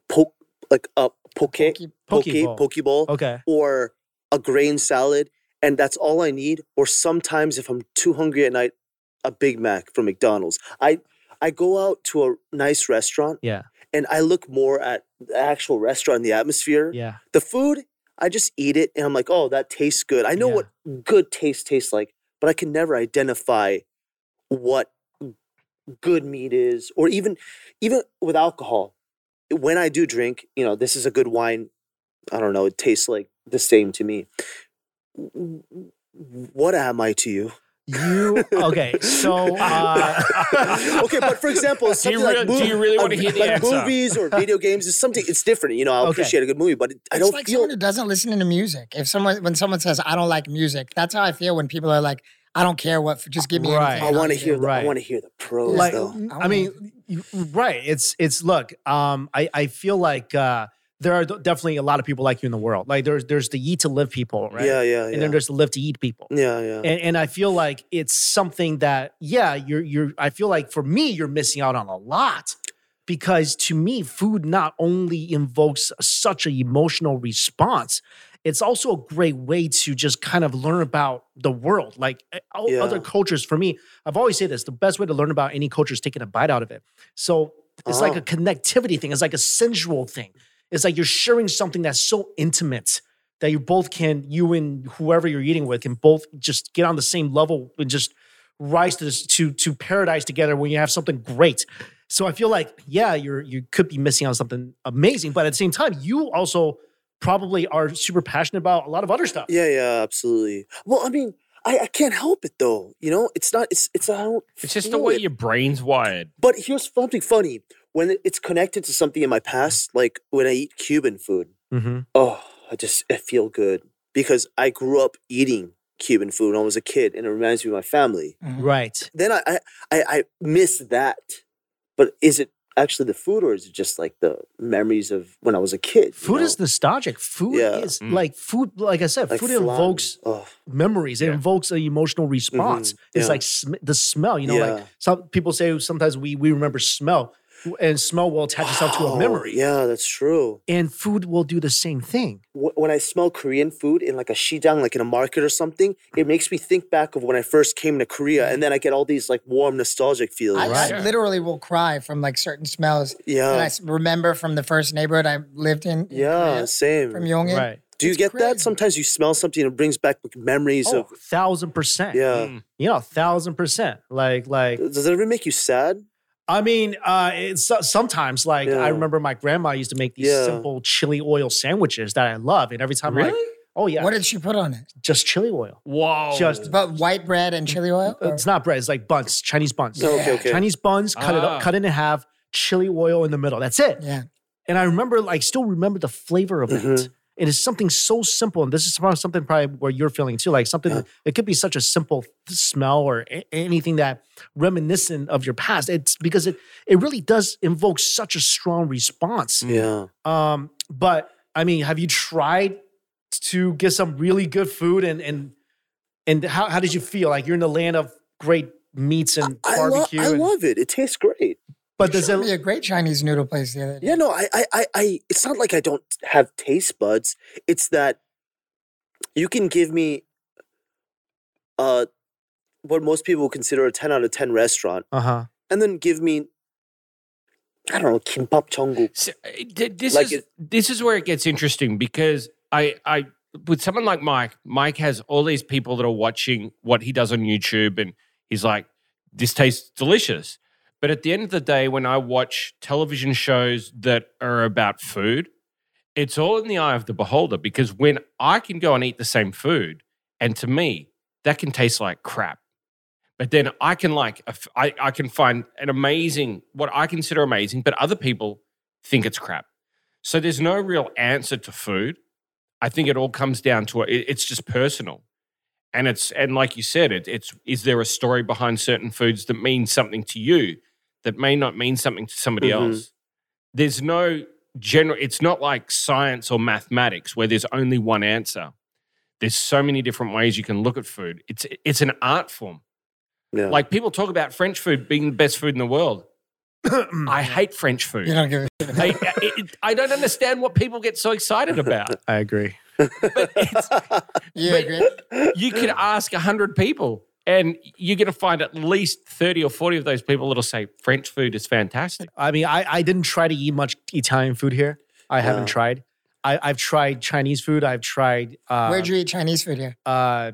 S2: poke, like a poke, poke,
S7: Keep-
S3: Poke bowl.
S2: pokeball,
S3: Okay,
S2: or a grain salad, and that's all I need. Or sometimes, if I'm too hungry at night, a Big Mac from McDonald's. I, I go out to a nice restaurant.
S3: Yeah.
S2: And I look more at the actual restaurant, the atmosphere.
S3: yeah,
S2: The food, I just eat it, and I'm like, oh, that tastes good. I know
S3: Yeah.
S2: what good taste tastes like, but I can never identify what good meat is, or even even with alcohol. When I do drink, you know, this is a good wine. I don't know. It tastes like the same to me. W- w- What am I to you?
S3: you okay? So uh,
S2: okay, but for example,
S6: Do
S2: something
S6: you,
S2: like
S6: rea- do
S2: mov-
S6: you really want to
S2: uh,
S6: hear the
S2: like
S6: answer?
S2: movies or video games is something. It's different. You know, I
S3: Okay.
S2: appreciate a good movie, but it, I don't
S7: it's like
S2: feel
S7: someone who doesn't listen to music. If someone when someone says I don't like music, that's how I feel when people are like, I don't care what, just give me.
S3: Right.
S7: anything,
S2: I
S7: I'll
S2: want to
S7: eat it."
S2: hear. The, I
S3: Right.
S2: want to hear the pros,
S3: like
S2: though.
S3: n-
S7: I
S3: I mean, you- right? It's it's look. Um, I I feel like uh, there are definitely a lot of people like you in the world. Like there's there's the eat to live people, right?
S2: Yeah, yeah, yeah.
S3: And then there's the live to eat people.
S2: yeah, yeah.
S3: and, and I feel like it's something that yeah you're you're I feel like for me you're missing out on a lot because to me food not only invokes such an emotional response it's also a great way to just kind of learn about the world like eh, all
S2: Yeah.
S3: other cultures for me I've always said this the best way to learn about any culture is taking a bite out of it so it's like a
S2: Uh-huh.
S3: connectivity thing it's like a sensual thing it's like you're sharing something that's so intimate that you both can, you and whoever you're eating with, can both just get on the same level and just rise to this, to to paradise together when you have something great. So I feel like, yeah, you're you could be missing out on something amazing, but at the same time, you also probably are super passionate about a lot of other stuff.
S2: yeah, yeah, absolutely. Well, I mean, I, I can't help it though. You know, it's not. It's it's I don't.
S6: It's just the
S2: feel
S6: way
S2: it.
S6: your brain's wired.
S2: But here's something funny. When it- it's connected to something in my past, like when I eat Cuban food,
S3: Mm-hmm.
S2: oh, I just I feel good because I grew up eating Cuban food when I was a kid, and it reminds me of my family.
S7: Mhm.
S3: Right.
S2: Then I I, I, I miss that. But is it actually the food, or is it just like the memories of when I was a kid? you
S3: Food
S2: know?
S3: is nostalgic. Food
S2: Yeah.
S3: is
S6: Mm.
S3: like food. Like I said,
S2: Like
S3: food
S2: flan.
S3: invokes
S2: Oh,
S3: memories. It
S6: Yeah.
S3: invokes an emotional response. It's
S2: Mm-hmm. Yeah.
S3: like sm- the smell. You know, like
S2: yeah.
S3: some people say sometimes we we remember smell and smell will attach itself to a
S2: Wow,
S3: memory
S2: Yeah, that's true.
S3: and food will do the same thing
S2: wh- when I smell Korean food in like a shijang, like in a market or something, it makes me think back of when I first came to Korea, and then I get all these like warm, nostalgic feelings.
S7: I, I
S6: Right.
S7: literally will cry from like certain smells that I
S2: Yeah,
S7: s- remember from the first neighborhood I lived in. in
S2: yeah,
S7: Korea,
S2: same.
S7: from Yongin.
S2: Do you
S7: it's
S2: get that?
S7: crazy.
S2: Sometimes you smell something and it brings back like, memories
S3: oh,
S2: of.
S3: thousand percent
S2: Yeah.
S6: Mm.
S3: you know thousand percent like like
S2: Does it ever make you sad?
S3: i mean uh it's so- sometimes like
S2: Yeah.
S3: i remember my grandma used to make these
S2: Yeah.
S3: simple chili oil sandwiches that i love and every time I'm like oh yeah
S7: What did she put on it?
S3: just chili oil
S2: Oh.
S6: Whoa.
S3: Just-
S7: But white bread and chili oil. Or-
S3: it's not bread it's like buns chinese buns
S2: No, okay,
S7: Yeah.
S2: okay.
S3: chinese buns cut it
S6: Ah.
S3: up cut it in half chili oil in the middle that's it
S7: yeah.
S3: And I remember, like, still remember the flavor of
S2: Mhm.
S3: it. It is something so simple. And this is probably something probably where you're feeling too. Like something,
S2: Yeah.
S3: it could be such a simple smell or a- anything that reminiscent of your past. It's because it it really does invoke such a strong response.
S2: yeah.
S3: Um, but I mean, have you tried to get some really good food and and and how, how did you feel? Like you're in the land of great meats and
S2: I, lo-
S3: barbecue.
S2: I
S3: and-
S2: love it. It tastes great.
S3: but does
S7: Showed me
S3: it
S7: a great Chinese noodle place the other day.
S2: Yeah, no, I, I, I, I, it's not like I don't have taste buds. It's that you can give me, uh, what most people would consider a ten out of ten restaurant,
S3: uh-huh.
S2: and then give me, I don't know, kimbap chongguk.
S6: So, uh, th- this
S2: Like
S6: is
S2: it-
S6: this is where it gets interesting because I I with someone like Mike, Mike has all these people that are watching what he does on YouTube, and he's like, "This tastes delicious." But at the end of the day, when I watch television shows that are about food, it's all in the eye of the beholder. Because when I can go and eat the same food, and to me, that can taste like crap. But then I can like, a f- I, I can find an amazing, what I consider amazing, but other people think it's crap. So there's no real answer to food. I think it all comes down to it. It's just personal. And it's, and like you said, it, it's, is there a story behind certain foods that mean something to you that may not mean something to somebody
S2: Mhm.
S6: else? there's no general, it's not like science or mathematics where there's only one answer. There's so many different ways you can look at food. It's, it's an art form.
S2: Yeah.
S6: Like people talk about French food being the best food in the world. I hate French food.
S7: You don't give a
S6: I, I- it, I don't understand what people get so excited about.
S3: I agree.
S6: But it's,
S7: You
S6: But-
S7: agree?
S6: you could ask 100 people and you're going to find at least 30 or 40 of those people that'll say French food is fantastic.
S3: I mean, I, I didn't try to eat much Italian food here. I haven't
S2: No.
S3: tried. I, I've tried Chinese food. I've tried. Uh,
S7: Where'd you eat Chinese food here?
S3: Uh,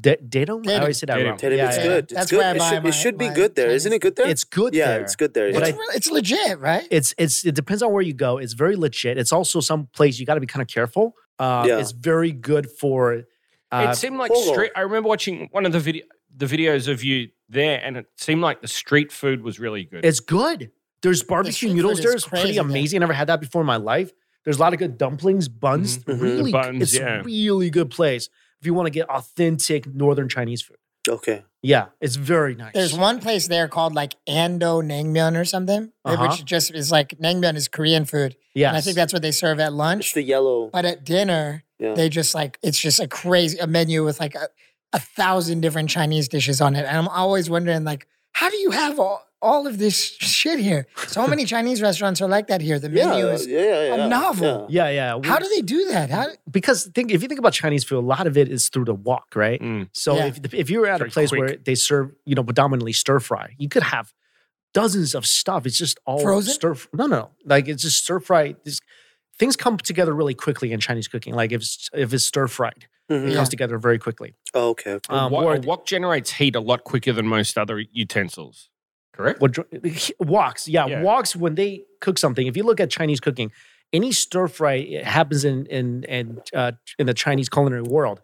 S3: da- Datum? I
S7: Datum.
S3: always say that
S6: Datum.
S3: wrong.
S2: Teddy,
S3: Yeah,
S2: it's
S3: yeah.
S2: good. It's
S7: That's
S2: good.
S7: where I
S2: it
S7: buy
S2: should,
S7: my-
S2: it should be
S7: my
S2: good there,
S7: Chinese-
S2: not it? Good there.
S3: It's good.
S2: yeah,
S3: there.
S2: it's good there.
S3: But
S7: It's,
S2: yeah.
S3: I-
S7: re- it's legit, right?
S3: It's it's it depends on where you go. It's very legit. It's also some place you got to be kind of careful. Uh,
S2: Yeah.
S3: It's very good for. Uh,
S6: it seemed like
S2: Polo.
S6: street. I remember watching one of the video the videos of you there, and it seemed like the street food was really good.
S3: it's good. There's
S7: street
S3: barbecue
S7: food
S3: noodles
S7: is
S3: there. It's
S7: crazy
S3: pretty
S7: there.
S3: amazing. I never had that before in my life. There's a lot of good dumplings, buns.
S2: Mhm. Mhm.
S3: Really,
S6: Mm-hmm. Buns,
S3: it's
S6: yeah.
S3: really good place if you want to get authentic northern Chinese food.
S2: okay.
S3: Yeah, it's very nice.
S7: There's one place there called like Ando Naengmyeon or something, eh,
S3: Uh-huh.
S7: which just is like Naengmyeon is Korean food.
S3: Yes.
S7: And I think that's what they serve at
S2: It's
S7: lunch.
S2: the yellow.
S7: But at dinner,
S2: Yeah.
S7: they just like, it's just a crazy a menu with like a, a thousand different Chinese dishes on it. And I'm always wondering, like, how do you have all, all of this shit here? So many Chinese restaurants are like that here. The
S2: yeah,
S7: menu is,
S2: yeah, yeah,
S7: a
S2: yeah,
S7: novel.
S2: yeah.
S3: Yeah, yeah.
S7: how do they do that? How,
S3: because think if you think about Chinese food, a lot of it is through the wok, right?
S6: Mm.
S3: So
S7: Yeah.
S3: if if you were at a
S6: Very
S3: place
S6: quick.
S3: where they serve, you know, predominantly stir fry, you could have dozens of stuff. It's just all
S7: Frozen?
S3: stir. No, no, like it's just stir fry. These Things come together really quickly in Chinese cooking. Like if it's- if it's stir fried, it
S2: Mhm.
S3: comes together very quickly.
S2: Oh, okay. okay.
S6: A
S3: Um,
S6: wok,
S3: or-
S6: a wok generates heat a lot quicker than most other utensils. Correct.
S3: What walks? Yeah,
S6: Yeah.
S3: walks. When they cook something, if you look at Chinese cooking, any stir fry it happens in in in, uh, in the Chinese culinary world,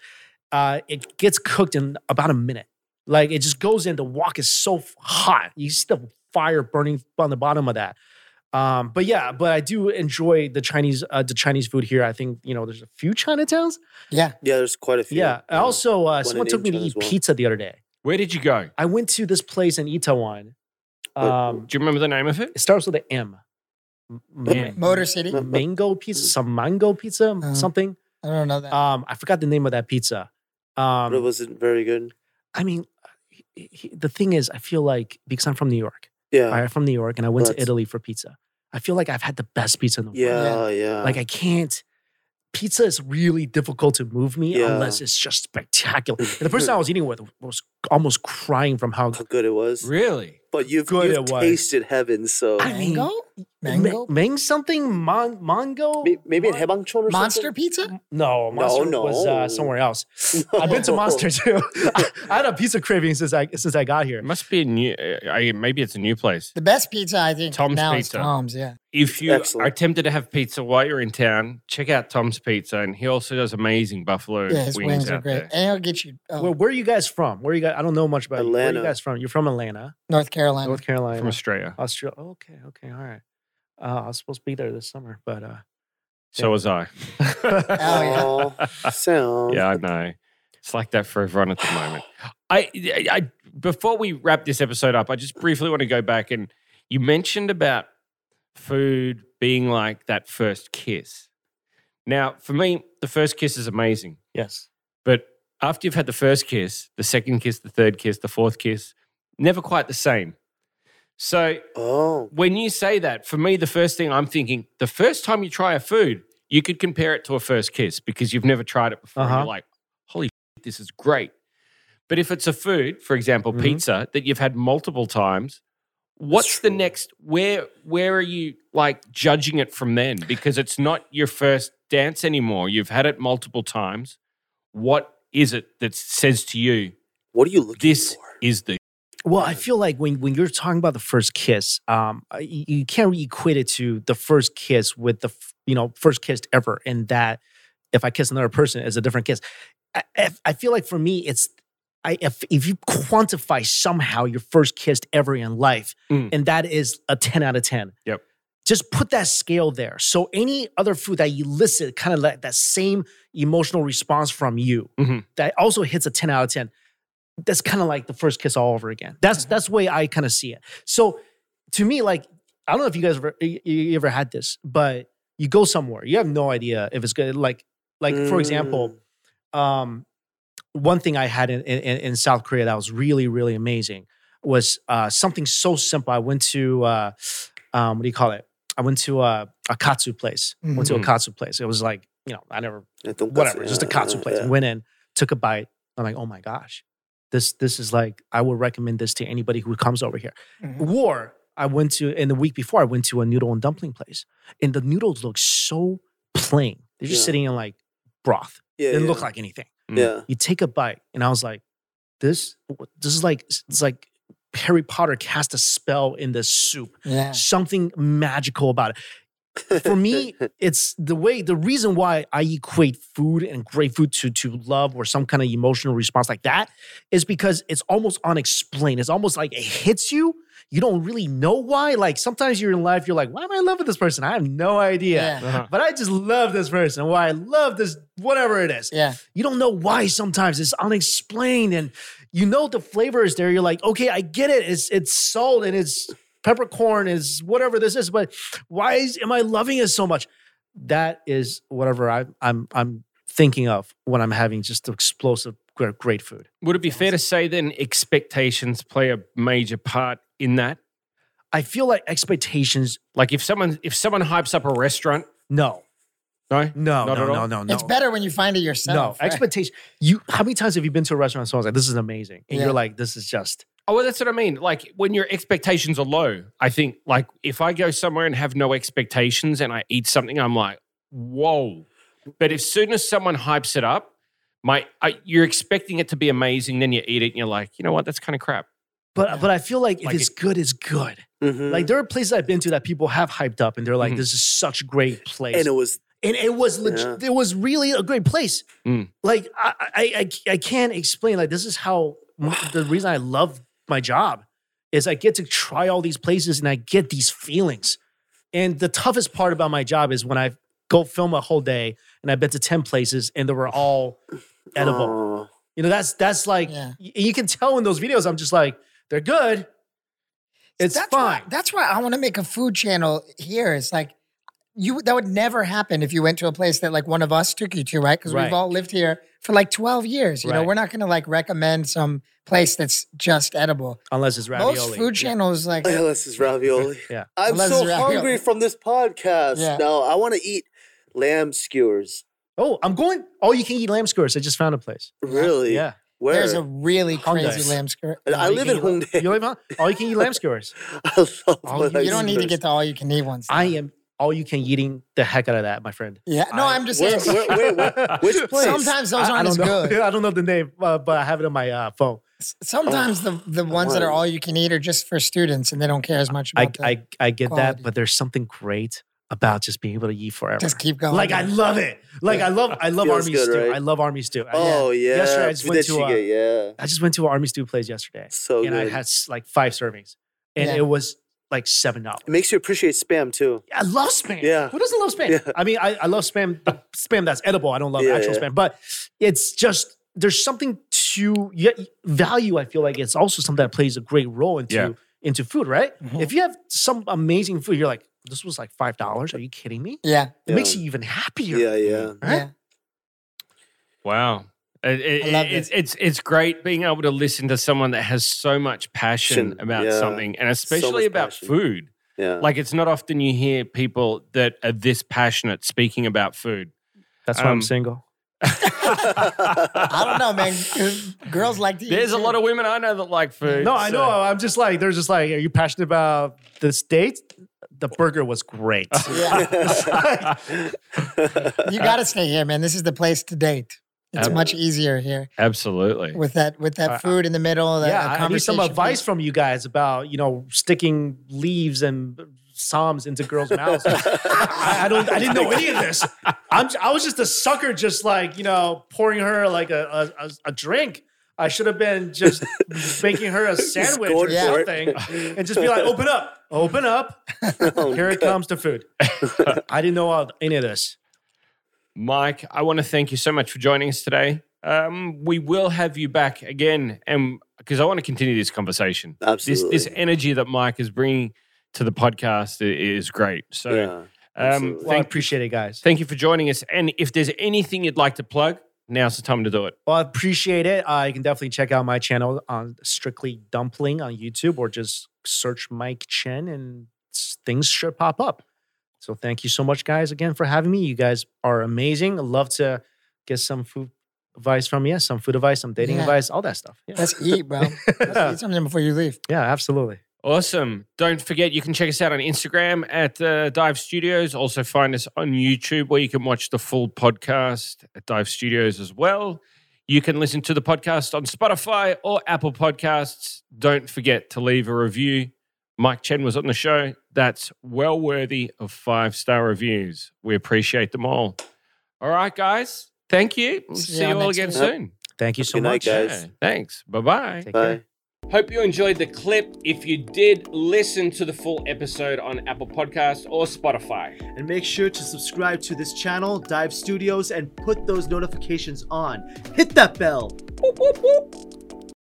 S3: uh, it gets cooked in about a minute. Like it just goes in. The wok is so f- hot. You see the fire burning on the bottom of that. Um, but yeah, but I do enjoy the Chinese uh, the Chinese food here. I think you know there's a few Chinatowns.
S7: yeah.
S2: yeah, there's quite a few. Mm-hmm.
S3: Yeah. I Also, uh,
S2: in
S3: someone took me to
S2: Incheon as
S3: eat
S2: well.
S3: pizza the other day.
S6: Where did you go?
S3: I went to this place in Itaewon.
S2: What-
S3: Um,
S6: Do you remember the name of it?
S3: it starts with an M. M-
S6: Yeah.
S7: Motor City?
S3: ma- mango pizza, some mango pizza,
S7: Uh-huh.
S3: something.
S7: I don't know that.
S3: Um, I forgot the name of that pizza.
S2: but it
S3: Um,
S2: wasn't very good.
S3: I mean, he- he- the thing is, I feel like because I'm from New York,
S2: Yeah,
S3: I'm from New York, and I went to
S2: That's-
S3: Italy for pizza. I feel like I've had the best pizza in the world.
S2: yeah, yeah.
S3: Like I can't. Pizza is really difficult to move me
S2: Yeah.
S3: unless it's just spectacular. And the person I was eating with was almost crying from how
S2: how good it was.
S6: Really?
S2: But you've,
S3: good
S2: you've
S3: it was.
S2: tasted heaven, so
S3: I mean,
S7: mango?
S3: Ma-
S7: Mango?
S3: Mang something mon- mango.
S2: May- maybe in Hebangchon or
S7: Monster
S2: something.
S7: pizza?
S3: No, Monster
S2: No,
S3: was
S2: no.
S3: uh, somewhere else. I've been to
S2: No.
S3: Monster too. I, I had a pizza craving since I since I got
S6: It
S3: here.
S6: must be a new. uh, I, maybe it's a new place.
S7: The best pizza, I think,
S6: Tom's
S7: now
S6: Pizza.
S7: is Tom's, yeah.
S6: If you
S2: Excellent.
S6: are tempted to have pizza while you're in town, check out Tom's Pizza, and he also does amazing buffalo
S7: Yeah, his
S6: wings,
S7: wings are
S6: out
S7: great.
S6: there.
S7: And he'll get you uh,
S3: Where, where are you guys from? Where are you guys? I don't know much about you. Where are
S2: Atlanta.
S3: you guys from? You're from Atlanta,
S7: North Carolina.
S3: North Carolina,
S6: from Australia.
S3: Australia. Okay, okay, all right. Uh, I was supposed to be there this summer, but uh,
S6: So was I.
S7: Oh, yeah.
S2: Oh, sound.
S6: yeah, I know. It's like that for everyone at the moment. I, I, I- before we wrap this episode up, I just briefly want to go back and you mentioned about food being like that first kiss. Now, for me, the first kiss is amazing,
S3: yes,
S6: but after you've had the first kiss, the second kiss, the third kiss, the fourth kiss, never quite the same. So
S2: Oh,
S6: when you say that, for me, the first thing I'm thinking, the first time you try a food, you could compare it to a first kiss because you've never tried it before. And
S3: Uh-huh.
S6: you're like, holy shit, this is great. But if it's a food, for example,
S3: Mhm.
S6: pizza that you've had multiple times, what's the
S2: true.
S6: next? Where where are you like judging it from then? Because it's not your first dance anymore. You've had it multiple times. What is it that says to you
S2: what are you looking
S6: this
S2: for?
S6: is the
S3: Well, I feel like when when you're talking about the first kiss, um, uh, you, you can't really equate it to the first kiss with the f- you know first kiss ever, and that if I kiss another person is a different kiss. I, I- I feel like for me, it's I if, if you quantify somehow your first kiss ever in life,
S6: Mm.
S3: and that is a ten out of ten.
S6: Yep.
S3: Just put that scale there. So any other food that you listed, kind of like that same emotional response from you,
S6: Mhm.
S3: that also hits a ten out of ten that's kind of like the first kiss all over again. That's that's the way I kind of see it. So to me, like I don't know if you guys ever you, you ever had this, but you go somewhere, you have no idea if it's good. Like like for example, um, one thing I had in, in in South Korea that was really really amazing was uh, something so simple. I went to uh, um, what do you call it? I went to uh, a katsu place. Went to a
S6: Mhm.
S3: katsu place. It was like you know I never
S2: Mm, don't-
S3: whatever, just a
S2: Mm-hmm. yeah,
S3: katsu
S2: yeah,
S3: place.
S2: yeah.
S3: Went in, took a bite. I'm like, oh my gosh, this this is like I would recommend this to anybody who comes over here.
S7: Mhm.
S3: War. I went to and the week before I went to a noodle and dumpling place, and the noodles look so plain. They're just
S2: Yeah.
S3: sitting in like broth.
S2: Yeah,
S3: They didn't
S2: yeah.
S3: look like anything.
S2: yeah.
S3: You take a bite, and I was like, this this is like it's like Harry Potter cast a spell in the soup
S7: Yeah.
S3: something magical about it. For me, it's the way the reason why I equate food and great food to to love or some kind of emotional response like that is because it's almost unexplained. It's almost like it hits you. You don't really know why. Like sometimes you're in life, you're like, why am I in love with this person? I have no idea.
S7: Yeah.
S6: Uh-huh.
S3: But I just love this person. Why I love this, whatever it is
S7: Yeah.
S3: you don't know why sometimes it's unexplained and you know the flavor is there you're like okay i get it it's it's salt and it's peppercorn is whatever this is but why is, am i loving it so much that is whatever I, i'm i'm thinking of when i'm having just explosive gr- great food
S6: Would it be fair to say then expectations play a major part in that?
S3: i feel like expectations
S6: Like if someone if someone hypes up a restaurant,
S3: no
S6: no,
S3: no
S6: Not
S3: no
S6: at all?
S3: no no no
S7: It's better when you find it yourself.
S3: no
S7: right?
S3: expectation you how many times have you been to a restaurant and someone's like this is amazing and
S7: Yeah.
S3: you're like this is just
S6: Oh, well, that's what I mean. Like when your expectations are low, I think like if I go somewhere and have no expectations and I eat something, I'm like, whoa. But as soon as someone hypes it up, my I, you're expecting it to be amazing, then you eat it and you're like, you know what, that's kind of crap.
S3: but
S7: Yeah.
S3: but i feel like if
S6: Like
S3: it's good it's good
S2: Mhm.
S3: Like there are places I've been to that people have hyped up, and they're like,
S6: Mhm.
S3: "This is such a great place,"
S2: Mm. and
S3: and
S2: it
S3: it,
S2: was
S3: was legit. It was really a great place.
S6: Mm.
S3: Like I, I, I, I can't explain. Like this is how m- the reason I love my job is I get to try all these places and I get these feelings. And the toughest part about my job is when I go film a whole day and I've been to ten places and they were all edible.
S2: Oh.
S3: You know, that's that's like
S7: Yeah.
S3: y- you can tell in those videos. I'm just like, they're good. It's
S7: that's
S3: fine.
S7: Why, that's why I want to make a food channel here. It's like you that would never happen if you went to a place that like one of us took you to, right? Because
S3: Right.
S7: we've all lived here for like 12 years. You know,
S3: Right.
S7: we're not gonna like recommend some place that's just edible.
S3: Unless it's ravioli.
S7: Most food
S3: Yeah.
S7: channels like
S2: Yeah, this oh, is ravioli.
S3: Yeah.
S2: I'm
S7: Unless
S2: so
S7: it's ravioli.
S2: hungry from this podcast.
S7: Yeah.
S2: Now I want to eat lamb skewers.
S3: Oh, I'm going. Oh, you can eat lamb skewers. I just found a place.
S2: Really?
S3: Yeah.
S2: Where?
S7: there's a really
S3: Hyundai.
S7: crazy lamb skirt.
S2: And I
S3: You
S2: live
S3: can
S2: in
S3: eat-
S2: Hongdae.
S3: You live on? Oh, you can eat lamb skewers.
S2: I love
S3: Oh,
S2: my
S3: you-
S7: You don't need to
S2: skewers.
S7: get the all you can eat ones.
S3: I am all you can eating the heck out of that, my friend.
S7: Yeah. No,
S3: I-
S7: I, am just
S2: Where-
S7: saying.
S2: where- where- where- which place?
S7: Sometimes
S3: I-
S7: those
S3: I,
S7: aren't as
S3: don't know.
S7: good.
S3: I don't know the name, uh, but I have it on my uh, phone.
S7: S- Sometimes the the ones that are all you can eat are just for students, and they don't care as much
S3: I,
S7: about. the-
S3: I I get
S7: quality.
S3: that, but there's something great about just being able to eat forever.
S7: just keep going.
S3: like I love it. Like I love I love
S2: Feels
S3: army
S2: good,
S3: stew.
S2: right?
S3: I love army stew. I-
S2: Oh yeah.
S3: Yesterday I just
S2: Food
S3: went
S2: that
S3: to,
S2: you
S3: uh,
S2: get, yeah.
S3: I just went to an army stew place yesterday,
S2: So
S3: and
S2: good.
S3: I had s- like five servings, and
S7: Yeah.
S3: it was like seven dollars.
S2: it makes you appreciate spam too.
S3: I love spam.
S2: Yeah.
S3: Who doesn't love spam?
S2: Yeah.
S3: I mean, I, I love spam, the spam that's edible. I don't love
S2: Yeah,
S3: actual
S2: yeah.
S3: spam, but it's just, there's something to yeah, value. I feel like it's also something that plays a great role into,
S6: Yeah. Mm-hmm.
S3: into food, right?
S7: Mhm.
S3: If you have some amazing food, you're like, this was like $5. Are you kidding me?
S7: yeah,
S3: It makes
S2: Yeah.
S3: you even happier.
S2: Yeah, yeah.
S3: Right?
S7: yeah.
S6: Wow. It- it-
S7: I love
S6: it's,
S7: this.
S6: it's it's great being able to listen to someone that has so much passion
S2: Passion,
S6: about
S2: yeah.
S6: something and especially
S2: much
S6: about
S2: passion.
S6: food.
S2: Yeah.
S6: Like it's not often you hear people that are this passionate speaking about food.
S3: That's why I'm
S6: Um,
S3: single.
S7: I don't know, man. Girls like to. eat
S6: There's a
S7: too.
S6: lot of women I know that like food.
S3: No, I
S6: so-
S3: know. I'm just like, they're just like, are you passionate about this date? The burger was great.
S7: Yeah,
S3: uh,
S7: you got to stay here, man. This is the place to date. It's
S6: Ab-
S7: much easier here
S6: Absolutely.
S7: with that with
S3: I- I-
S7: that food in the middle. That
S3: yeah,
S7: a
S3: I need some
S7: conversation
S3: advice from you guys about you know sticking leaves and psalms into girls' mouths. I, I don't, I didn't know any of this. I'm, j- I was just a sucker, just like you know, pouring her like a a, a, a drink. I should have been just making her a sandwich or
S2: going for it.
S3: something, and just be like, "Open up, open up, here it comes to food." I didn't know all, any of this.
S6: Mike, I want to thank you so much for joining us today. Um, we will have you back again, and because I want to continue this conversation, this
S2: Absolutely.
S6: this energy that Mike is bringing to the podcast i- is great. So
S2: yeah.
S6: um,
S2: absolutely.
S3: Well, I
S6: thank,
S3: appreciate it, guys.
S6: thank you for joining us. And if there's anything you'd like to plug, now's the time to do it.
S3: Well, I appreciate it. Uh, you can definitely check out my channel on Strictly Dumpling on YouTube or just search Mike Chen and s- things should pop up. So thank you so much, guys, again for having me. You guys are amazing. I'd love to get some food advice from you, some food advice, some dating
S7: Yeah.
S3: advice, all that stuff. Yeah,
S7: Let's
S2: e,
S7: eat, bro. Let's eat something before you leave.
S3: yeah absolutely.
S6: Awesome. Don't forget, you can check us out on Instagram at uh, Dive Studios. Also, find us on YouTube where you can watch the full podcast at Dive Studios as well. You can listen to the podcast on Spotify or Apple Podcasts. Don't forget to leave a review. Mike Chen was on the show. That's well worthy of five star reviews. We appreciate them all. All right, guys. Thank you. We'll
S7: See
S6: see
S7: y'all
S6: you all
S7: next
S6: again
S7: week.
S6: soon.
S3: Thank you so
S2: Good night,
S3: much.
S2: guys.
S6: Yeah, thanks. Bye bye.
S3: Take care.
S2: Bye.
S6: Hope you enjoyed the clip. If you did, listen to the full episode on Apple Podcasts or Spotify.
S8: And make sure to subscribe to this channel, Dive Studios, and put those notifications on. Hit that bell.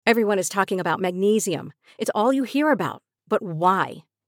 S9: Everyone is talking about magnesium. It's all you hear about. But why?